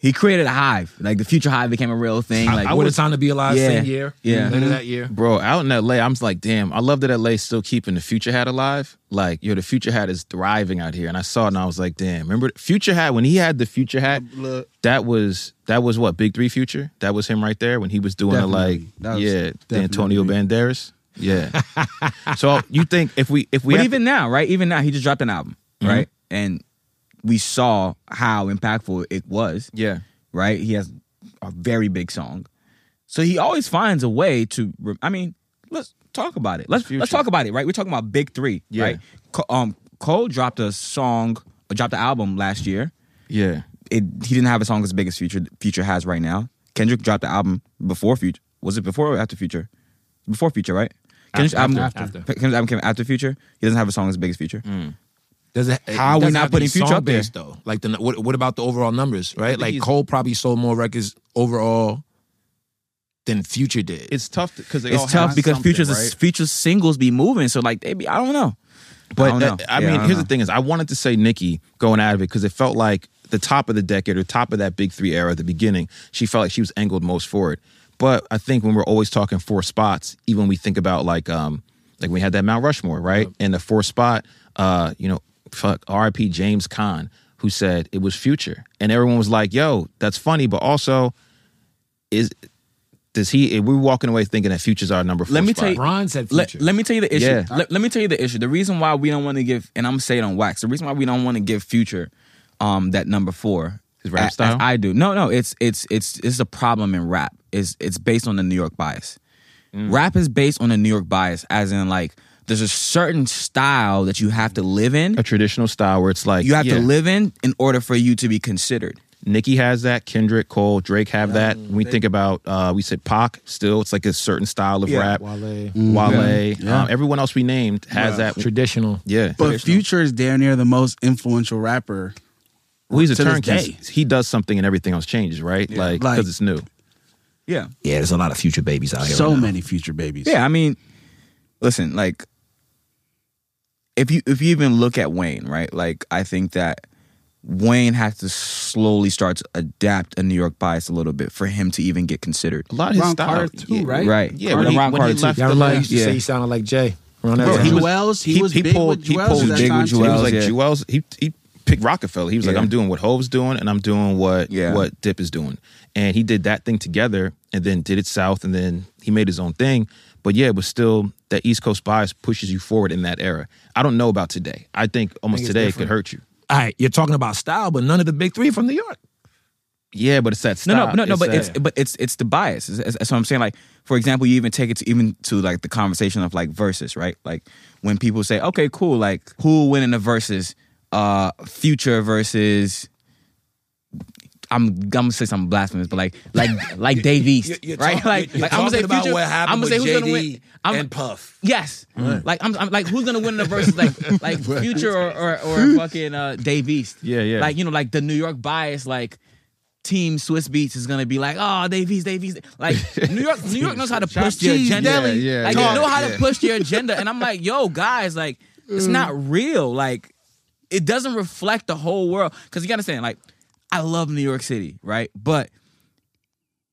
S1: He created a hive. Like, the future hive became a real thing. Like,
S5: I would have time to be alive
S1: Yeah.
S5: same year.
S1: Yeah.
S5: later that year.
S3: Bro, out in LA, I'm just like, damn, I love that LA's still keeping the Future Hat alive. Like, yo, the Future Hat is thriving out here. And I saw it and I was like, damn, remember Future Hat, when he had the Future Hat, that was that was what, Big Three Future? That was him right there when he was doing
S2: Definitely.
S3: the
S2: That
S3: like
S2: was
S3: Yeah, the Antonio
S2: definitely
S3: Banderas. Yeah. so you think if we if we
S1: but
S3: have Mm-hmm.
S1: even now, right? Even now, he just dropped an album, right? And we saw how impactful it was,
S3: to- Yeah.
S1: right? He has a very big song, so he always finds a way to. re- I mean, let's talk about it. Let's
S3: Future.
S1: let's talk about it, right? We're talking about big three,
S3: Yeah.
S1: right? Co- um, Cole dropped a song, or dropped an album last year.
S3: Yeah.
S1: It he didn't have a song as big as Future Future has right now. Kendrick dropped the album before Future. Was it before or after Future? Before Future, right? Kendrick's
S5: After,
S1: album,
S5: after, after.
S1: Kendrick's album came after Future. He doesn't have a song as big as Future.
S5: Does it,
S1: How
S5: it
S1: we
S5: doesn't
S1: not
S5: have
S1: putting
S5: any
S1: Future
S5: song
S1: up there?
S5: base, though? Like the what? What about the overall numbers? Right? Like
S3: he's-
S5: Cole probably sold more records overall than Future did.
S3: It's tough because they all
S1: it's tough
S3: have
S1: because
S3: something,
S1: futures
S3: right?
S1: futures singles be moving, so like they be I don't know.
S3: But
S1: I don't know.
S3: that- I
S1: Yeah,
S3: mean,
S1: I don't
S3: here's
S1: know.
S3: the thing: is I wanted to say Nikki going out of it because it felt like the top of the decade or top of that big three era at the beginning. She felt like she was angled most for it. But I think when we're always talking four spots, even when we think about like um like we had that Mount Rushmore, right? And the fourth spot, uh, you know, fuck R.I.P. James Caan, who said it was Future, and everyone was like, "Yo, that's funny," but also is. Does he? We're walking away thinking that futures our number four.
S1: Let me
S3: spot.
S1: tell you-
S5: Bron said
S1: Let,
S5: Future.
S1: let me tell you the issue.
S3: Yeah.
S1: Let, let me tell you the issue. The reason why we don't want to give, and I'm saying it on wax, the reason why we don't want to give Future um that number four.
S3: His rap
S1: A- as
S3: style?
S1: I do. No, no, it's it's it's it's a problem in rap. It's it's based on the New York bias.
S3: Mm.
S1: Rap is based on the New York bias, as in like there's a certain style that you have to live in.
S3: a traditional style where it's like
S1: You have
S3: yeah,
S1: to live in in order for you to be considered.
S3: Nicki has that, Kendrick, Cole, Drake have that. When we think about, uh, we said Pac still, it's like a certain style of
S1: Yeah.
S3: rap.
S6: Wale.
S3: Wale. Um, everyone else we named has that.
S5: Traditional.
S3: Yeah.
S2: But Future is damn near the most influential rapper.
S3: well, he's a
S2: to this
S3: turnkey.
S2: day.
S3: He does something and everything else changes, right? Like, because
S2: Like-
S3: it's new.
S1: Yeah.
S5: Yeah, there's a lot of future babies out here.
S2: So
S5: right now.
S2: many Future babies.
S1: Yeah, I mean, listen, like if you if you even look at Wayne, right? Like I think that Wayne has to slowly start to adapt a New York bias a little bit for him to even get considered.
S3: A lot of his
S6: Ron
S3: style.
S6: Carter too,
S3: yeah.
S6: right?
S1: Right.
S3: Yeah, when he,
S1: Around
S3: when he
S1: Carter too.
S3: left
S6: Y'all
S3: the
S6: remember I used
S3: last,
S6: to
S1: Yeah.
S6: say he sounded like Jay. Around
S3: Bro,
S6: that
S3: he
S6: time.
S3: was-
S2: Juelz, he, was big
S3: pulled-
S2: with
S3: he
S2: Juelz
S3: pulled-
S2: that
S1: big
S2: time
S1: with
S2: too.
S3: he was like
S1: Juelz, yeah.
S3: Juelz. He he picked Rockefeller. He was like,
S1: Yeah.
S3: I'm doing what Hove's doing, and I'm doing what
S1: Yeah.
S3: what Dip is doing. And he did that thing together, and then did it south, and then he made his own thing. But yeah, it was still that East Coast bias pushes you forward in that era. I don't know about today. I think almost
S6: it's
S3: today it
S6: different.
S3: could hurt you.
S5: All right, you're talking about style, but none of the big three from New York.
S3: Yeah, but it's that
S1: No,
S3: style.
S1: no, no, no. But
S3: that-
S5: uh,
S1: it's but it's it's the bias. It's- it's- That's what I'm saying. Like, for example, you even take it to even to like the conversation of like verses, right? Like when people say, "Okay, cool," like who will win in the verses? Uh, Future versus. I'm I'm gonna say something blasphemous, but like like
S5: *laughs*
S1: like Dave East,
S5: You're- you're
S1: right?
S5: talking-
S1: like
S5: you're
S1: like I'm gonna say
S5: talking about
S1: Future-
S5: what happened
S1: I'm gonna
S5: with
S1: say who's
S5: JD
S1: gonna win. I'm,
S5: and Puff.
S1: Yes, like I'm, I'm like who's gonna win in the verses? Like like Future or or, or fucking uh, Dave East?
S3: Yeah, yeah.
S1: Like you know like the New York bias like team Swiss Beats is gonna be like, oh, Davies, Davies. Like New York, New York knows how to push the
S2: cheese
S1: agenda.
S2: deli.
S6: Yeah, yeah,
S1: like
S6: yeah,
S1: they know how
S6: yeah.
S1: to push their agenda. And I'm like, yo, guys, like it's not real. Like it doesn't reflect the whole world. Cause you gotta understand, like, I love New York City, right? But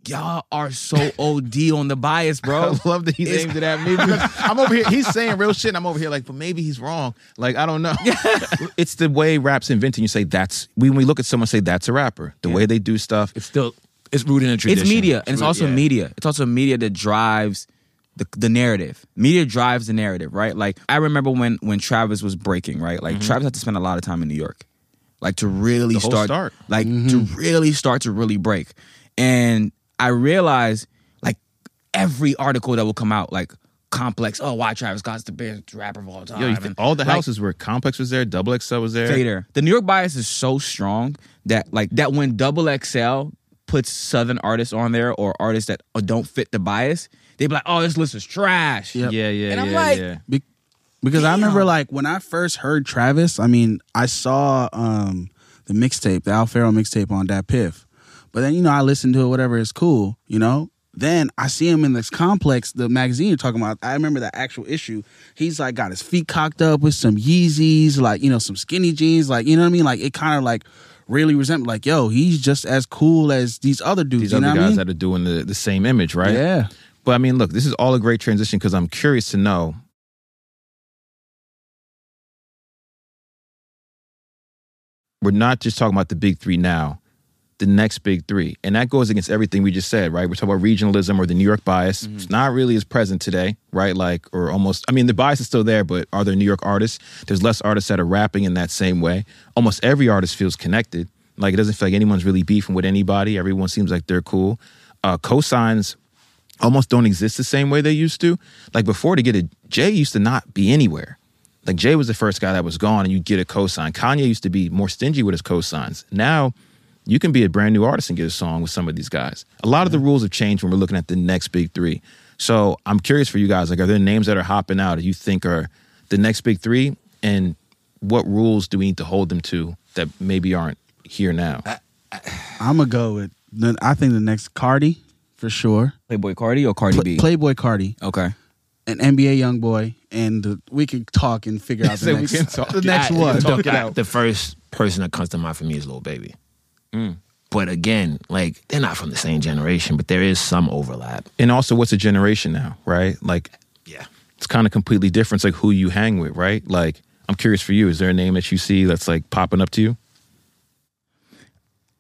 S1: y'all are so OD on the bias, bro.
S3: *laughs* I love that he
S1: It's-
S3: named it after me. because I'm over here. He's saying real shit. And I'm over here like, but maybe he's wrong. Like I don't know. *laughs* it's the way rap's invented. You say that's when we look at someone say that's a rapper. The way they do stuff.
S5: It's still it's rooted in tradition.
S1: It's media, and it's also
S3: yeah.
S1: media. It's also media that drives the, the narrative. Media drives the narrative, right? Like I remember when when Travis was breaking, right? Like Travis had to spend a lot of time in New York, like to really
S3: Mm-hmm. whole
S1: start,
S3: start.
S1: like to really start to really break. And I realized, like every article that will come out, like complex. Oh, why Travis Scott's the best rapper of all time?
S3: Yo, you
S1: and,
S3: think all the
S1: like,
S3: houses were Complex was there, Double XL was there.
S1: Fader. The New York bias is so strong that like that when Double XL puts Southern artists on there or artists that uh, don't fit the bias, they be like, "Oh, this list is trash."
S2: Yep.
S3: Yeah, yeah,
S1: And I'm
S3: yeah,
S1: like-
S3: yeah.
S2: Be- because I remember like when I first heard Travis, I mean, I saw um the mixtape, the Al Farrell mixtape on that Piff. But then, you know, I listened to it, whatever, it's cool, you know? Then I see him in this complex, the magazine you're talking about. I remember the actual issue. He's like got his feet cocked up with some Yeezys, like, you know, some skinny jeans, like, you know what I mean? Like it kind of like really resembled like, yo, he's just as cool as these other dudes.
S3: These
S2: you know
S3: other
S2: what I
S3: guys
S2: mean?
S3: that are doing the, the same image, right?
S2: Yeah.
S3: But I mean, look, this is all a great transition because I'm curious to know. We're not just talking about the big three now, the next big three. And that goes against everything we just said, right? We're talking about regionalism or the New York bias. It's not really as present today, right? Like, or almost, I mean, the bias is still there, but are there New York artists? There's less artists that are rapping in that same way. Almost every artist feels connected. Like, it doesn't feel like anyone's really beefing with anybody. Everyone seems like they're cool. Uh, cosigns almost don't exist the same way they used to. Like before, to get a Jay used to not be anywhere. Like Jay was the first guy that was gone, and you get a cosign. Kanye used to be more stingy with his cosigns. Now, you can be a brand new artist and get a song with some of these guys. A lot of the rules have changed when we're looking at the next big three. So I'm curious for you guys. Like, are there names that are hopping out that you think are the next big three, and what rules do we need to hold them to that maybe aren't here now?
S2: I'm gonna go with the, I think the next Cardi for sure.
S1: Playboy Cardi or Cardi
S2: Pla-
S1: B?
S2: Playboy Cardi.
S1: okay.
S2: an NBA young boy, and the, we can talk and
S5: *laughs*
S2: figure out the
S3: So we
S2: next,
S3: can talk.
S2: the next
S5: I-
S2: one.
S5: The, I- the first person that comes to mind for me is Lil Baby. Mm. But again, like they're not from the same generation, but there is some overlap.
S3: And also, what's a generation now, right? Like,
S5: Yeah.
S3: it's kind of completely different. It's like who you hang with, right? Like, I'm curious for you. Is there a name that you see that's like popping up to you?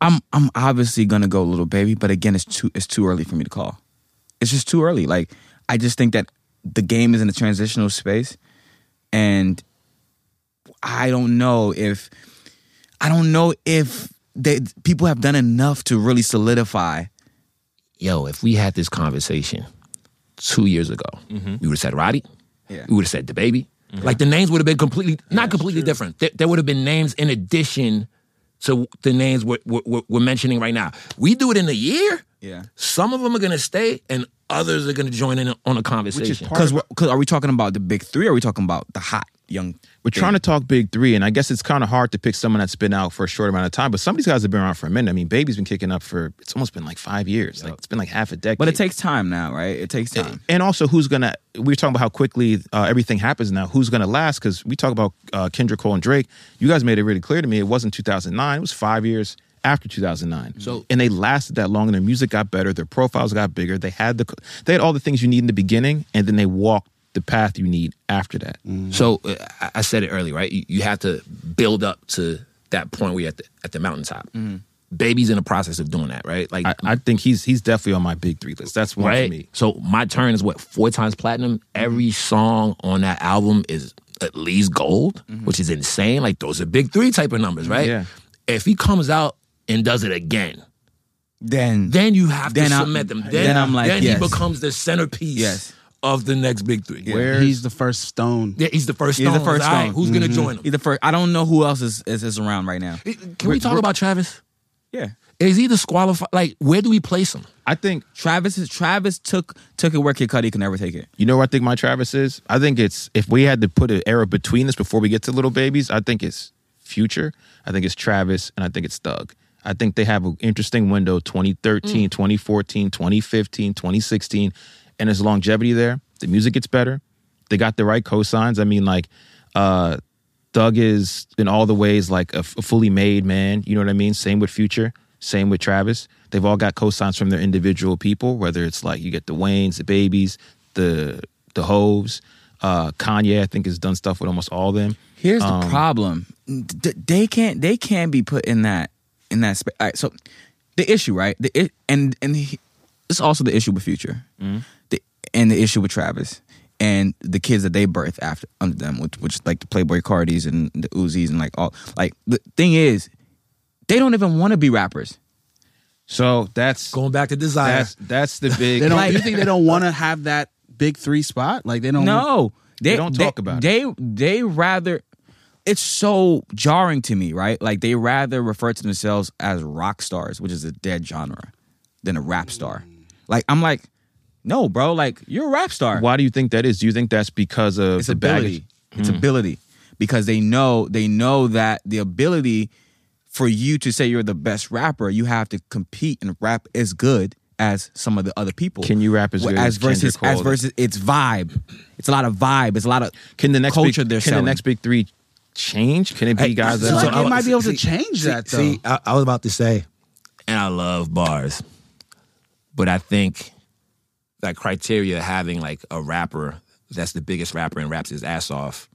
S1: I'm I'm obviously gonna go little baby, but again, it's too it's too early for me to call. It's just too early. Like I just think that the game is in a transitional space, and I don't know if I I don't know if they people have done enough to really solidify.
S5: yo, if we had this conversation two years ago, we would have said Roddy.
S1: Yeah.
S5: We would have said the baby. Like the names would have been completely not completely different. There, there would have been names in addition to the names we're, we're, we're mentioning right now. We do it in a year.
S1: Yeah.
S5: Some of them are gonna stay, and others are gonna join in on a conversation.
S3: part-
S1: Because are we talking about the big three? Or are we talking about the hot young?
S3: We're trying to talk big three, and I guess it's kind of hard to pick someone that's been out for a short amount of time. But some of these guys have been around for a minute. I mean, Baby's been kicking up for it's almost been like five years. Like it's been like half a decade.
S1: But it takes time now, right? It takes time.
S3: and also who's gonna we are talking about how quickly uh, everything happens now who's gonna last because we talk about uh, kendra cole and drake you guys made it really clear to me it wasn't 2009 it was five years after 2009 so and they lasted that long and their music got better their profiles got bigger they had the they had all the things you need in the beginning and then they walked the path you need after that
S5: So uh, I- I said it earlier, right? You, you have to build up to that point where you're at the, at the mountaintop. Baby's in the process of doing that, right? Like
S3: I, I think he's he's definitely on my big three list that's one
S5: right?
S3: for me
S5: So my turn is what four times platinum. Every song on that album is at least gold, which is insane. Like those are big three type of numbers, right?
S3: Yeah.
S5: If he comes out and does it again,
S1: Then,
S5: then you have
S1: Then
S5: to
S1: I-
S5: submit them. Then,
S1: then I'm like,
S5: then
S1: yes.
S5: he becomes the centerpiece
S1: Yes.
S5: of the next big three.
S3: Where's-
S2: He's the first stone.
S5: Yeah, he's the first Mm-hmm.
S1: He's
S5: stone.
S1: the first
S5: All right,
S1: stone.
S5: who's gonna join him?
S1: either first. I don't know who else is is, is around right now.
S5: Can we talk about Travis?
S1: Yeah,
S5: Is he disqualified? Like, where do we place him?
S3: i think
S1: Travis is Travis took took it where Kid Cudi can never take it.
S3: You know where I think my Travis is? I think it's if we had to put an era between this before we get to little babies, I think it's Future, I think it's Travis, and I think it's Thug. I think they have an interesting window 2013, 2014, 2015, 2016, and there's longevity there. The music gets better. They got the right cosigns. I mean, like, uh, Thug is in all the ways like a, f- a fully made man. You know what I mean? Same with Future. Same with Travis. They've all got cosigns from their individual people. Whether it's like you get the Waynes, the Babies, the the Hoves. Uh, Kanye, I think, has done stuff with almost all of them.
S1: Here's the problem: D- they can't they can't be put in that in that space. All right, so the issue, right? The i- and and he, it's also the issue with Future, the, and the issue with Travis and the kids that they birth after under them, which which is like the Playboy Cardis and the Uzis and like all like the thing is, they don't even want to be rappers.
S3: So that's
S5: Going back to desire.
S3: that's that's the
S2: *laughs*
S3: big.
S2: They don't.
S1: Like-
S2: you think they don't want to have that big three spot? Like they don't.
S1: No, they,
S3: don't
S1: they-
S3: talk about
S1: they, it. They rather. It's so jarring to me, right? Like they rather refer to themselves as rock stars, which is a dead genre, than a rap star. Like I'm like, no, bro. Like you're a rap star.
S3: why do you think that is? Do you think that's because of
S1: It's
S3: the
S1: ability.
S3: baggage? Hmm.
S1: It's ability because they know they know that the ability for you to say you're the best rapper, you have to compete and rap as good as some of the other people.
S3: Can you rap as
S1: Well,
S3: good
S1: as
S3: as
S1: versus
S3: Kendrick
S1: as
S3: Cole?
S1: versus it's vibe. It's a lot of vibe. It's a lot of
S3: Can the next
S1: culture
S3: big,
S1: they're
S3: can
S1: selling.
S3: the next big three change? Can it be
S5: Hey,
S3: guys
S2: So
S3: that
S5: so
S2: like,
S5: I-
S2: they might be able to
S5: see-
S2: change that though.
S6: See, I, I was about to say,
S5: and I love bars. But I think that criteria of having like a rapper that's the biggest rapper and raps his ass off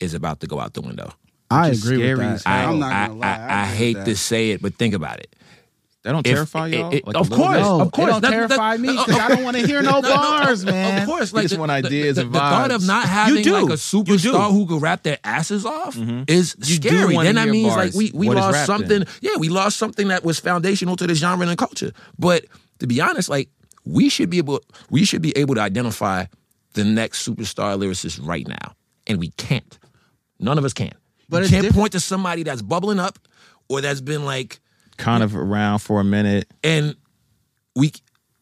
S5: is about to go out the window.
S2: I
S3: is
S2: agree with
S3: scary
S2: that.
S3: as hell.
S2: I'm not gonna lie.
S5: I, I,
S2: agree with
S5: hate
S2: that.
S5: to say it, but think about it.
S3: that don't
S5: If-
S3: terrify
S5: it-
S3: y'all?
S5: it-
S3: Like a
S5: of
S3: little
S5: course,
S3: bit?
S2: No,
S5: of
S2: it
S5: course.
S2: don't
S5: That- that-
S2: terrify me 'cause I don't wanna hear
S5: *laughs*
S2: no bars, man.
S5: Of course,
S3: We just want ideas
S5: the,
S3: and
S5: the thought
S3: vibes.
S5: of not having
S1: do.
S5: like a
S1: You do.
S5: superstar who could rap their asses off
S3: Mm-hmm.
S5: is
S1: do
S5: scary.
S1: wanna
S5: Then that
S1: hear
S5: means like
S1: bars.
S5: we, we
S3: What is
S5: lost
S3: rap
S5: something.
S3: then?
S5: Yeah, we lost something that was foundational to the genre and culture. But to be honest, like we should be able we should be able to identify the next superstar lyricist right now, and we can't. None of us can.
S2: But
S5: But you
S2: it's
S5: can't
S2: different-
S5: point to somebody that's bubbling up or that's been like
S3: kind of around for a minute.
S5: and we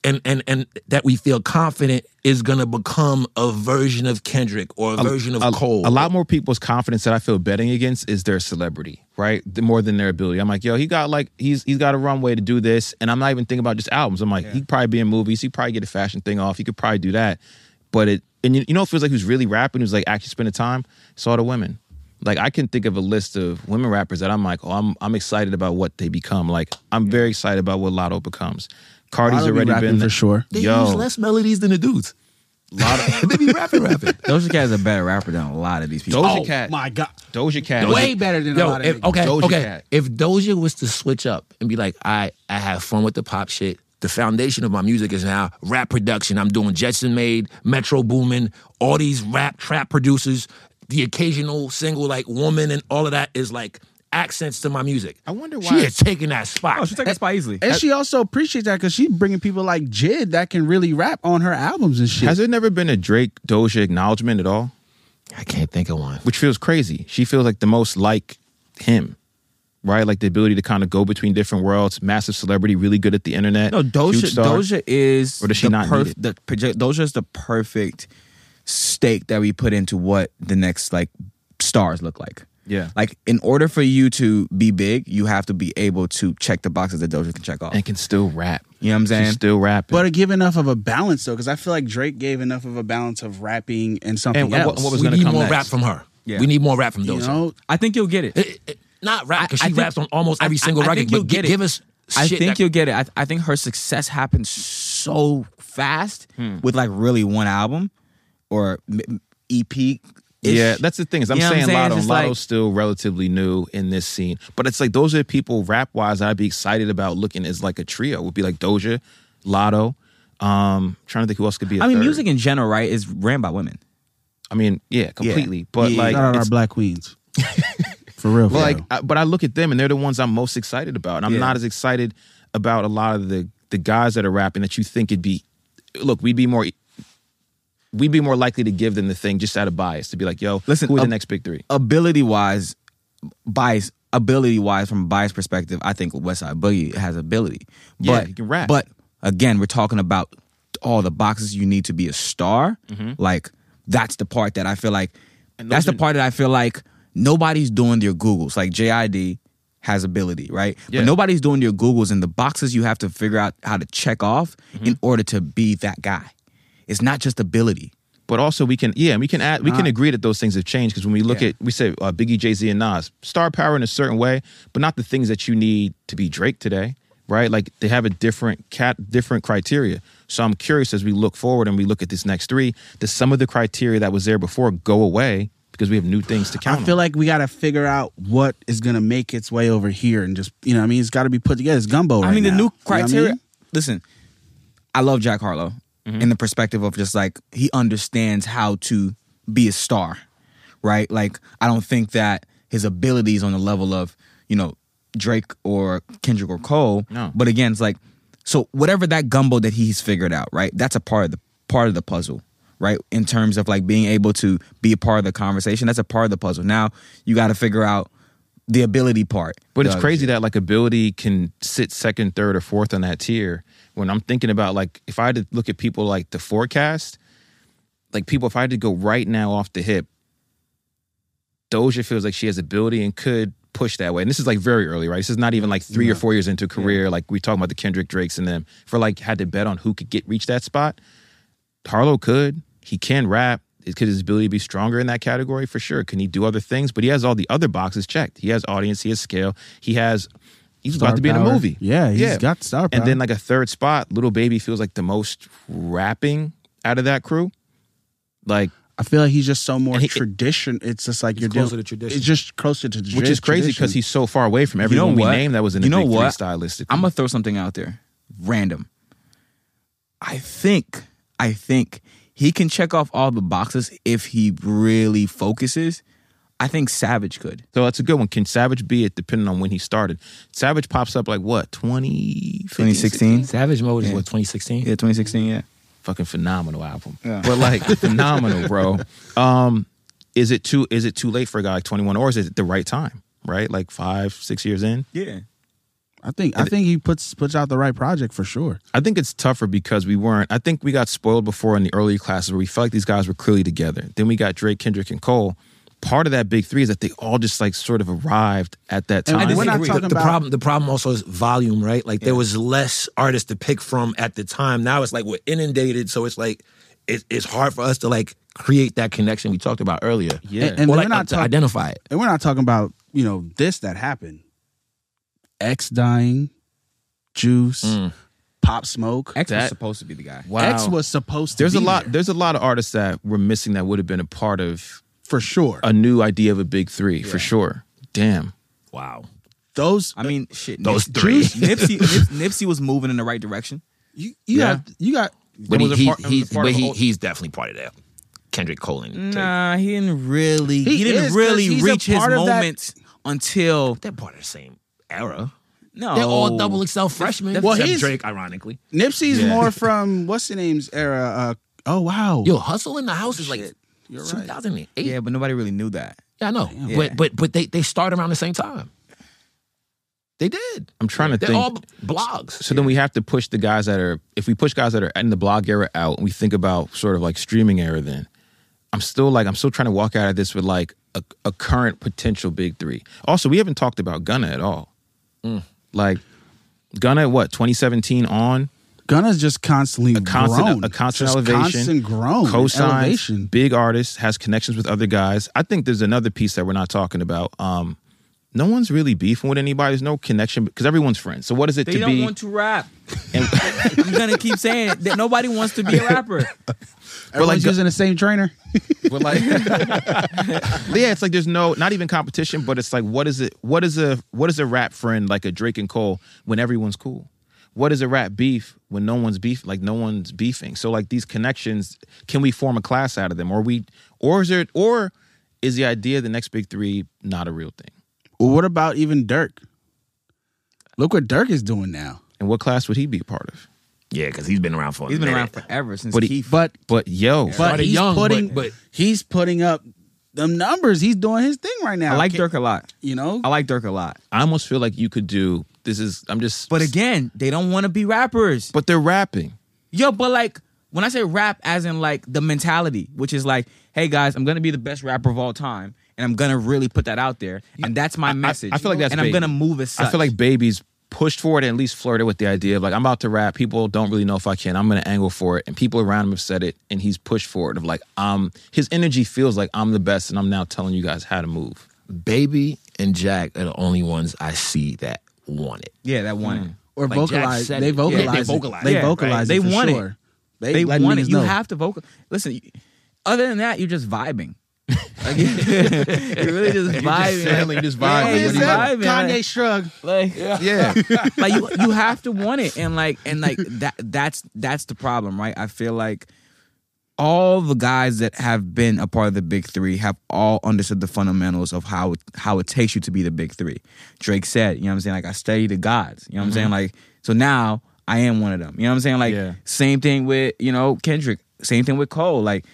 S5: and and and that we feel confident is gonna become a version of Kendrick or a, version of
S3: a,
S5: Cole.
S3: A lot more people's confidence that I feel betting against is their celebrity, right? The- more than their ability. I'm like, yo, he got like he's he's got a runway to do this, and I'm not even thinking about just albums. I'm like, he could probably be in movies. He could probably get a fashion thing off. He could probably do that, but it and you, you know, it feels like who's really rapping, who's like actually spending time. It's all the women. Like I can think of a list of women rappers that I'm like, oh, I'm I'm excited about what they become. Like I'm very excited about what Lotto becomes. Cardi's
S2: Lotto be
S3: already
S2: rapping
S3: been
S2: for sure.
S5: They
S3: Yo,
S5: use less melodies than the dudes. *laughs* they be rapping, rapping.
S1: Doja Cat is a better rapper than a lot of these people.
S3: Doja
S5: Oh,
S3: Cat.
S2: My God,
S3: Doja Cat.
S2: Way better than a
S5: Yo,
S2: lot of
S5: if-
S2: niggas.
S5: okay,
S3: Doja
S5: okay.
S3: Cat.
S5: If Doja was to switch up and be like, I I have fun with the pop shit. The foundation of my music is now rap production. I'm doing Jetson Made, Metro Boomin, all these rap trap producers. The occasional single like Woman and all of that is like accents to my music.
S3: I wonder
S5: she
S3: why-
S5: had taken that spot.
S1: Oh, she's taking spot easily.
S2: And she also appreciates that because she's bringing people like Jid that can really rap on her albums and shit.
S3: Has there never been a Drake Doja acknowledgement at all?
S5: I can't think of one.
S3: Which feels crazy. She feels like the most like him, right? Like the ability to kind of go between different worlds. Massive celebrity, really good at the internet.
S1: No, Doja.
S3: huge star.
S1: Doja is
S3: Or does she
S1: the
S3: not need it?
S1: the proje- Doja is the perfect stake that we put into what the next like stars look like.
S3: Yeah.
S1: Like in order for you to be big, you have to be able to check the boxes that Doja can check off.
S3: and can still rap.
S1: You know what I'm saying?
S3: She's still rapping.
S2: but give enough of a balance though, because I feel like Drake gave enough of a balance of rapping and something
S3: And what-
S2: else.
S3: what was
S5: we
S3: gonna
S5: need
S3: come
S5: more
S3: next.
S5: rap from her.
S1: Yeah.
S5: We need more rap from Doja.
S2: you know?
S1: I think you'll get it.
S5: It- it- not rap because
S1: I- I
S5: Eh, she
S1: think-
S5: raps on almost every
S1: I-
S5: single
S1: I
S5: record.
S1: think you'll
S5: but
S1: get
S5: gi-
S1: it.
S5: give us.
S1: I
S5: shit
S1: think
S5: that-
S1: you'll get it. I, I think her success happened so fast
S5: Hmm.
S1: with like really one album or m- E EP. -ish.
S3: Yeah, that's the thing is I'm
S1: You know what
S3: saying, Lotto.
S1: It's
S3: and Lotto's
S1: like-
S3: still relatively new in this scene, but it's like those are the people rap wise I'd be excited about looking as like a trio. Would be like Doja, Lotto. Um, trying to think who else could be. I
S1: I mean, music in general, right, is ran by women.
S3: I mean, yeah, completely. But
S1: Yeah.
S3: like,
S2: Shout out our
S3: it's-
S2: black
S3: *laughs*
S2: queens. for real. For
S3: but like,
S2: real.
S3: I, but I look at them and they're the ones I'm most excited about. And I'm
S1: Yeah.
S3: not as excited about a lot of the the guys that are rapping that you think it'd be. Look, we'd be more. We'd be more likely to give them the thing just out of bias to be like, yo,
S1: Listen,
S3: who are
S1: a-
S3: the next big three?
S1: Ability wise, bias ability wise from a bias perspective, I think Westside Boogie has ability.
S3: Yeah,
S1: But
S3: he can rap.
S1: But again, we're talking about all the boxes you need to be a star. Like that's the part that I feel like that's the
S3: are-
S1: part that I feel like nobody's doing their Googles. Like JID has ability, right?
S3: Yeah.
S1: But nobody's doing their Googles and the boxes you have to figure out how to check off in order to be that guy. It's not just ability.
S3: But also we can, yeah, we can add, we can agree that those things have changed because when we look
S1: Yeah.
S3: at, we say uh, Biggie, Jay Z, and Nas, star power in a certain way, but not the things that you need to be Drake today, right? Like they have a different cat, different criteria. So I'm curious as we look forward and we look at this next three, does some of the criteria that was there before go away because we have new things to count
S2: I feel
S3: on?
S2: like we got to figure out what is going to make its way over here and just, you know what I mean? It's got to be put together. It's gumbo
S1: I mean,
S2: right
S1: the
S2: now. You
S1: new
S2: know what I
S1: criteria.
S2: mean? Mm-hmm.
S1: Listen, I love Jack Harlow in the perspective of just like he understands how to be a star, right? Like I don't think that his ability is on the level of you know Drake or Kendrick or Cole.
S3: No.
S1: But again, it's like so whatever that gumbo that he's figured out, right? That's a part of the part of the puzzle. Right in terms of like being able to be a part of the conversation, that's a part of the puzzle. Now you got to figure out the ability part.
S3: But it's
S1: The-
S3: crazy that like ability can sit second, third, or fourth on that tier. When I'm thinking about like if I had to look at people like the forecast, like people, if I had to go right now off the hip, Doja feels like she has ability and could push that way. And this is like very early, right? This is not even like three or four years into a career. Like we talking about the Kendrick Drakes and them. For like had to bet on who could get reach that spot. Harlow could. He can rap. It- Could his ability be stronger in that category? For sure. Can he do other things? But he has all the other boxes checked. He has audience. He has scale. He has. He's
S2: Star
S3: about to be in a
S2: power.
S3: movie.
S2: Yeah, he's got star
S3: And
S2: power.
S3: then like a third spot, Little Baby feels like the most rapping out of that crew. Like
S2: I feel like he's just so more
S3: And he-
S2: tradition. It's just like you're
S5: closer
S2: dealing-
S5: to tradition.
S2: It's just closer to
S3: which is crazy because he's so far away from everyone we named that was in the
S1: you know
S3: big
S1: what?
S3: three stylistically.
S1: I'm gonna throw something out there, random. I think, I think he can check off all the boxes if he really focuses. I think Savage could.
S3: so that's a good one. Can Savage be it depending on when he started? Savage pops up like what, 2015?
S1: 2016,
S5: Savage Mode is what 2016.
S1: yeah, 2016, yeah.
S3: Fucking phenomenal album. But *laughs* like phenomenal, bro. Um, is it too is it too late for a guy like 21 or is it the right time? Right? Like five, six years in?
S1: Yeah.
S2: I think I think he puts puts out the right project for sure.
S3: I think it's tougher because we weren't. I think we got spoiled before in the earlier classes where we felt like these guys were clearly together. Then we got Drake, Kendrick, and Cole. Part of that big three is that they all just like sort of arrived at that
S2: And
S3: time.
S2: we're not
S5: The-
S2: talking
S5: the
S2: about-
S5: problem. The problem also is volume, right? Like there was less artists to pick from at the time. Now it's like we're inundated, so it's like it, it's hard for us to like create that connection we talked about earlier.
S3: Yeah.
S2: And- and
S5: or
S2: we're
S5: like
S2: not
S5: uh, to
S2: talk-
S5: identify it.
S2: And we're not talking about you know this that happened. X dying, Juice, Pop Smoke.
S1: X
S3: Mm. That-
S1: was supposed to be the guy.
S2: X was supposed to.
S3: there's a
S2: be
S3: lot
S2: there,
S3: there's a lot of artists that were missing that would have been a part of
S2: for sure.
S3: a new idea of a big three for sure. Damn.
S5: Wow.
S2: Those
S1: I mean, shit.
S5: Those
S1: Nip-
S5: three.
S1: Nipsey,
S2: *laughs*
S1: Nip- Nipsey was moving in the right direction.
S2: you you
S3: Yeah.
S2: got you got.
S5: But
S3: It
S5: he,
S3: was a
S5: he-
S3: part- it was a
S5: he's
S3: part
S5: but
S3: of
S5: he,
S3: all-
S5: he's definitely part of that. Kendrick Cole and
S1: Nah, he didn't really. He,
S2: He
S1: didn't
S2: is, 'cause
S1: really
S2: he's a
S1: reach his
S2: part of that-
S1: moments until
S5: They're part of the same era. Oh.
S1: no,
S5: They're all double XL freshmen.
S2: Well,
S5: except
S2: he's-
S5: Drake, ironically.
S2: Nipsey's
S3: Yeah. *laughs*
S2: more from what's the name's era. Uh, oh wow,
S5: Yo, Hustle in the House is like
S2: You're right.
S5: 2008. Yeah.
S1: Yeah, but nobody really knew that.
S5: I know.
S1: Yeah.
S5: But but but they they start around the same time. They did.
S3: I'm trying to
S5: They're
S3: think.
S5: all blogs.
S3: So then we have to push the guys that are if we push guys that are in the blog era out and we think about sort of like streaming era then I'm still like I'm still trying to walk out of this with like a, a current potential big three. Also, we haven't talked about Gunna at all.
S2: Mm.
S3: Like Gunna, what 2017 on
S2: Gunna's just constantly
S3: a constant
S2: grown.
S3: a constant
S2: Just
S3: elevation,
S2: constant grown,
S3: cosigns,
S2: elevation.
S3: big artist has connections with other guys. I think there's another piece that we're not talking about. Um, no one's really beefing with anybody. There's no connection because everyone's friends. So what is it
S1: They
S3: to
S1: don't
S3: be?
S1: want to rap.
S3: and-
S1: *laughs* I'm gonna keep saying it, that nobody wants to be a
S3: *laughs*
S1: rapper.
S2: Everyone's
S3: Gu-
S2: using the same trainer.
S1: *laughs*
S3: But like, yeah, it's like there's no not even competition, but it's like what is it? What is a what is a rap friend like a Drake and Cole when everyone's cool? What is a rap beef when no one's beef like no one's beefing? So like these connections, can we form a class out of them? Or we or is there or is the idea of the next big three not a real thing?
S2: Well, what about even Dirk? Look what Dirk is doing now.
S3: And what class would he be a part of?
S5: Yeah, because he's been around for a
S1: He's been
S5: minute.
S1: around forever since
S3: But he-
S1: Keith.
S2: But
S3: But yo,
S2: but
S5: Started
S2: he's
S5: young, but-
S2: putting
S5: but-
S2: he's putting up them numbers. He's doing his thing right now.
S1: I like
S2: Ca-
S1: Dirk a lot.
S2: You know,
S1: I like Dirk a lot.
S3: I almost feel like you could do this is I'm just
S1: But again, they don't want to be rappers.
S3: but they're rapping.
S1: Yo, but like when I say rap, as in like the mentality, which is like, hey guys, I'm gonna be the best rapper of all time, and I'm gonna really put that out there, and that's my message.
S3: I feel like that's
S1: and I'm
S3: big.
S1: gonna move as such.
S3: I feel like babies pushed forward and at least flirted with the idea of like I'm about to rap. People don't really know if I can. I'm gonna angle for it, and people around him have said it, and he's pushed forward of like um his energy feels like I'm the best, and I'm now telling you guys how to move.
S5: Baby and Jack are the only ones I see that want it.
S1: yeah, that one.
S3: Mm.
S2: or
S5: Like Jack
S2: vocalize.
S5: said
S2: They
S5: it. Yeah, they
S2: vocalize. it.
S5: vocalize
S2: They
S1: it. Yeah,
S2: vocalize.
S1: right.
S2: it
S1: They
S2: for
S1: want it.
S2: sure. They,
S1: They
S2: let
S1: want it.
S2: niggas
S1: You
S2: know.
S1: have to vocal. Listen, you- other than that, you're just
S3: *laughs*
S1: vibing. *laughs* Like, you're really just vibing.
S3: sailing, just vibing.
S1: Yeah,
S3: What
S1: just
S3: do you
S1: vibing.
S2: Kanye shrug.
S1: Like,
S3: Yeah,
S1: *laughs* like you, you have to want it and like and like that that's that's the problem right i feel like all the guys that have been a part of the big three have all understood the fundamentals of how how it takes you to be the big three drake said you know what i'm saying like i study the gods you know what i'm saying like so now i am one of them you know what i'm saying like
S3: Yeah.
S1: same thing with you know kendrick same thing with cole like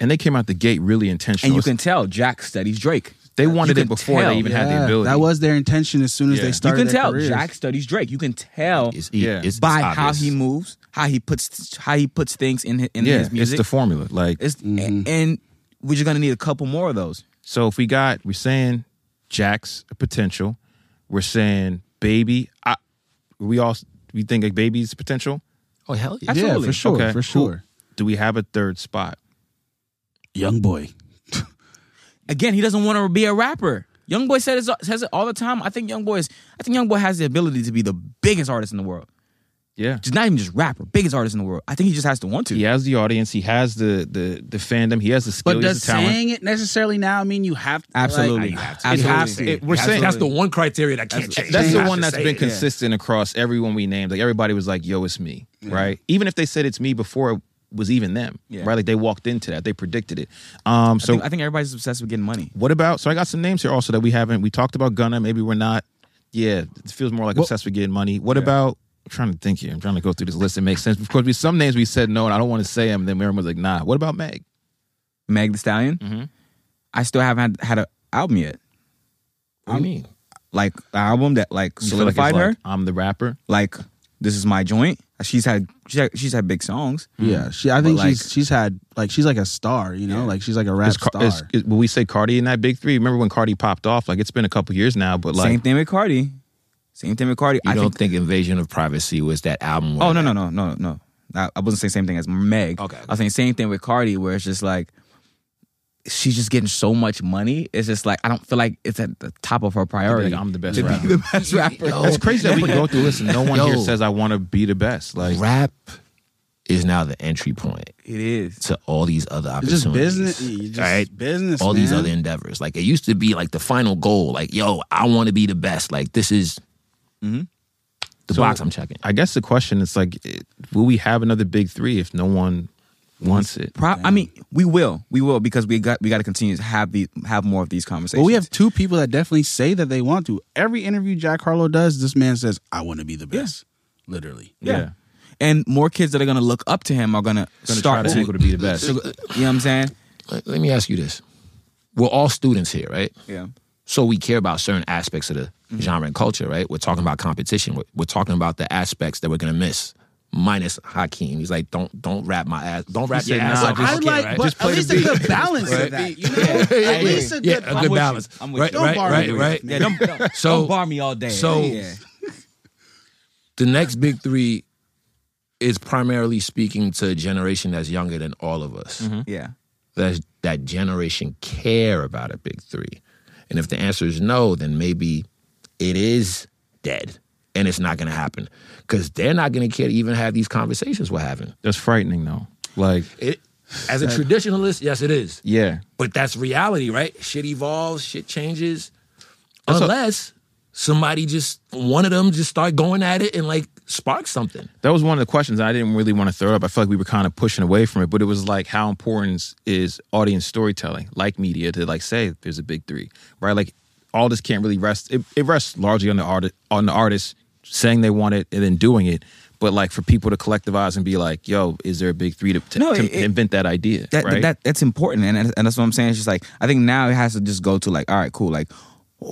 S3: and they came out the gate really intentional.
S1: and you can tell jack studies drake
S3: they wanted
S1: you
S3: it
S1: can
S3: before
S1: tell.
S3: they even had the
S2: Yeah,
S3: ability.
S2: That was their intention as soon as
S3: Yeah.
S2: they
S3: You
S1: you
S2: started.
S1: can
S2: their
S1: tell
S2: careers.
S1: jack studies drake you can tell
S5: It's,
S3: Yeah.
S5: it's, it's
S1: by how
S5: obvious.
S1: he moves, how he puts how he puts things in his, in
S3: yeah,
S1: his
S3: it's
S1: music.
S3: the formula. Like
S1: It's- and we're just gonna need a couple more of those.
S3: So if we got, we're saying Jack's a potential. We're saying baby. I, we all we think like baby's potential.
S5: Oh hell yeah.
S2: Yeah,
S1: Absolutely.
S2: for sure,
S3: Okay,
S2: for sure.
S3: Do we have a third spot?
S2: Young boy.
S1: Again, he doesn't want to be a rapper. Youngboy says it, says it all the time. I think Youngboy is. I think Youngboy has the ability to be the biggest artist in the world.
S3: Yeah.
S1: Just not even just rapper, biggest artist in the world. I think he just has to want to.
S3: He has the audience. He has the the the fandom. He has the skill.
S2: But
S3: he has
S2: does
S3: the talent.
S2: saying it necessarily now mean you have to?
S1: Absolutely.
S2: Like,
S1: Absolutely.
S2: You have to.
S3: It- we're saying
S5: That's the one criteria that can't change.
S3: that's
S5: You
S3: the
S5: have
S3: one
S5: to
S3: that's
S5: say
S3: been
S5: it.
S3: consistent across everyone we named. Like everybody was like, "Yo, it's me," right? Even if they said it's me before it was even them,
S1: Yeah.
S3: right? Like they walked into that. They predicted it. Um.
S1: I
S3: So
S1: think, I think everybody's obsessed with getting money.
S3: what about? So I got some names here also that we haven't. We talked about Gunna. Maybe we're not. Yeah, it feels more like obsessed with getting money. What about? I'm trying to think here. I'm trying to go through this list. It makes sense. Of course, we some names we said no, and I don't want to say them. Then everyone was like, "Nah." What about Meg?
S1: Meg The Stallion.
S3: Mm-hmm.
S1: I still haven't had, had an album yet,
S5: What do you mean?
S1: like an album that like
S3: You feel like it's
S1: solidified her.
S3: like, I'm the rapper.
S1: Like this is my joint. She's had, she's had she's had big songs.
S2: Yeah, she. I think
S1: But, like-
S2: she's she's had Mm-hmm. like she's like a star. You know, like she's like a rap
S3: Is Car-
S2: star.
S3: is- is- when we say Cardi in that big three, remember when Cardi popped off? Like it's been a couple years now, but like
S1: Same thing with Cardi. Same thing with Cardi.
S5: You
S1: I
S5: don't
S1: think.
S5: think Invasion of Privacy was that album? where
S1: Oh no
S5: that-
S1: no no no no. I, I wasn't saying same thing as Meg.
S5: Okay.
S1: I was saying same thing with Cardi, where it's just like she's just getting so much money. It's just like I don't feel like it's at the top of her priority.
S3: like, I'm the best
S1: to
S3: *laughs* rapper.
S1: Be the best rapper.
S3: it's crazy that we can go through this and no one here
S5: Yo.
S3: says I want to be the best. Like
S5: Rap is now the entry point
S1: It is.
S5: to all these other
S2: It's
S5: opportunities.
S2: just business. you Just
S5: all right?
S2: business.
S5: All these
S2: man.
S5: other endeavors. Like it used to be like the final goal. Like, yo, I want to be the best. Like this is Mm-hmm. the box I'm checking.
S3: I guess the question is like, it, will we have another big three if no one wants it.
S1: Pro- I mean, we will, we will, because we got we got to continue to have the have more of these conversations.
S2: Well, we have two people that definitely say that they want to. Every interview Jack Harlow does, this man says, "I want to be the best." Literally,
S3: Yeah.
S1: and more kids that are gonna look up to him are gonna,
S3: Gonna
S1: start
S3: try to tackle to be the best.
S1: So, you know what I'm saying?
S5: Let, let me ask you this: We're all students here, right?
S1: Yeah.
S5: so we care about certain aspects of the genre and culture, right? We're talking about competition. We're, we're talking about the aspects that we're gonna miss. Minus Hakeem, he's like, don't don't wrap my ass, don't wrap your
S3: said,
S5: ass
S3: nah,
S5: up.
S3: just-
S5: I
S3: I
S5: don't
S3: like-
S5: care, right?
S2: but
S3: Just play
S2: at
S3: the
S2: least
S3: beat.
S2: a good balance of that. You know, at least a good,
S5: yeah, a
S2: balance.
S5: good
S1: with you.
S5: balance,
S1: I'm with
S5: right?
S1: you.
S2: Don't
S5: Right?
S2: bar me
S5: Right?
S2: with
S5: Right?
S1: Yeah, don't, don't,
S5: So-
S1: don't bar me all day.
S5: so-
S1: yeah.
S5: The next big three is primarily speaking to a generation that's younger than all of us.
S1: yeah.
S5: Does that generation care about a big three? And if the answer is no, then maybe it is dead and it's not going to happen because they're not going to care to even have these conversations we're having.
S3: That's frightening though. Like,
S5: It, as a traditionalist, yes, it is.
S3: yeah.
S5: But that's reality, right? Shit evolves, shit changes.
S3: That's a-
S5: Unless somebody just, one of them just start going at it and like spark something.
S3: That was one of the questions I didn't really want to throw up. I felt like we were kind of pushing away from it, but it was like how important is audience storytelling, like media, to like say there's a big three, right? Like all this can't really rest. It, it rests largely on the artist, on the artist saying they want it and then doing it. But like for people to collectivize and be like, "Yo, is there a big three to, to,
S1: No,
S3: to
S1: it- it-
S3: invent that idea?"
S1: that,
S3: right?
S1: that that's important and, and that's what i'm saying it's just like i think now it has to just go to like all right cool like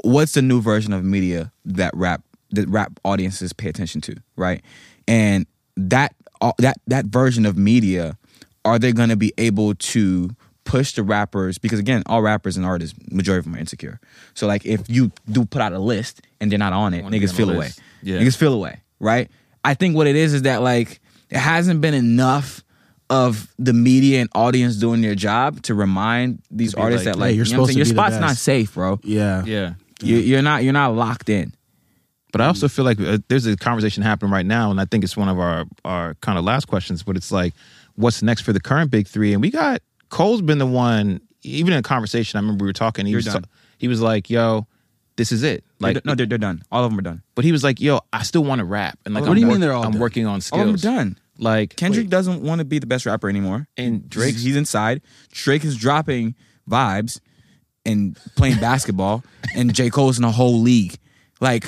S1: what's the new version of media that rap that rap audiences pay attention to right and that uh, that that version of media are they going to be able to push the rappers because again all rappers and artists majority of them are insecure so like if you do put out a list and they're not on it
S3: Wanna be
S1: niggas
S3: on the
S1: feel away
S3: list. Yeah.
S1: niggas feel away right i think what it is is that like it hasn't been enough of the media and audience doing their job to remind these
S3: be
S1: artists
S3: like,
S1: that like
S2: "Hey, you're
S1: you know what I'm saying?
S2: supposed to
S1: your
S2: be the
S1: spot's not
S2: best."
S1: safe bro
S2: yeah.
S3: yeah.
S1: you, you're not you're not locked in
S3: But I also feel like uh, there's a conversation happening right now, and I think it's one of our our kind of last questions. But it's like, what's next for the current big three? And we got Cole's been the one. Even in a conversation, I remember we were talking. He was
S1: done.
S3: ta- he was like, "Yo, this is it."
S1: They're
S3: Like,
S1: d- no they're, they're done all of them are done
S3: but he was like, "Yo, I still want to rap." And like,
S2: What
S3: I'm
S2: do you mean
S3: work-
S2: they're all
S3: I'm
S2: done?
S3: working on skills.
S1: all of them are done
S3: Like
S1: Kendrick
S3: wait,
S1: doesn't want to be the best rapper anymore
S3: and Drake.
S1: he's inside Drake is dropping vibes and playing basketball and J Cole's in a whole league like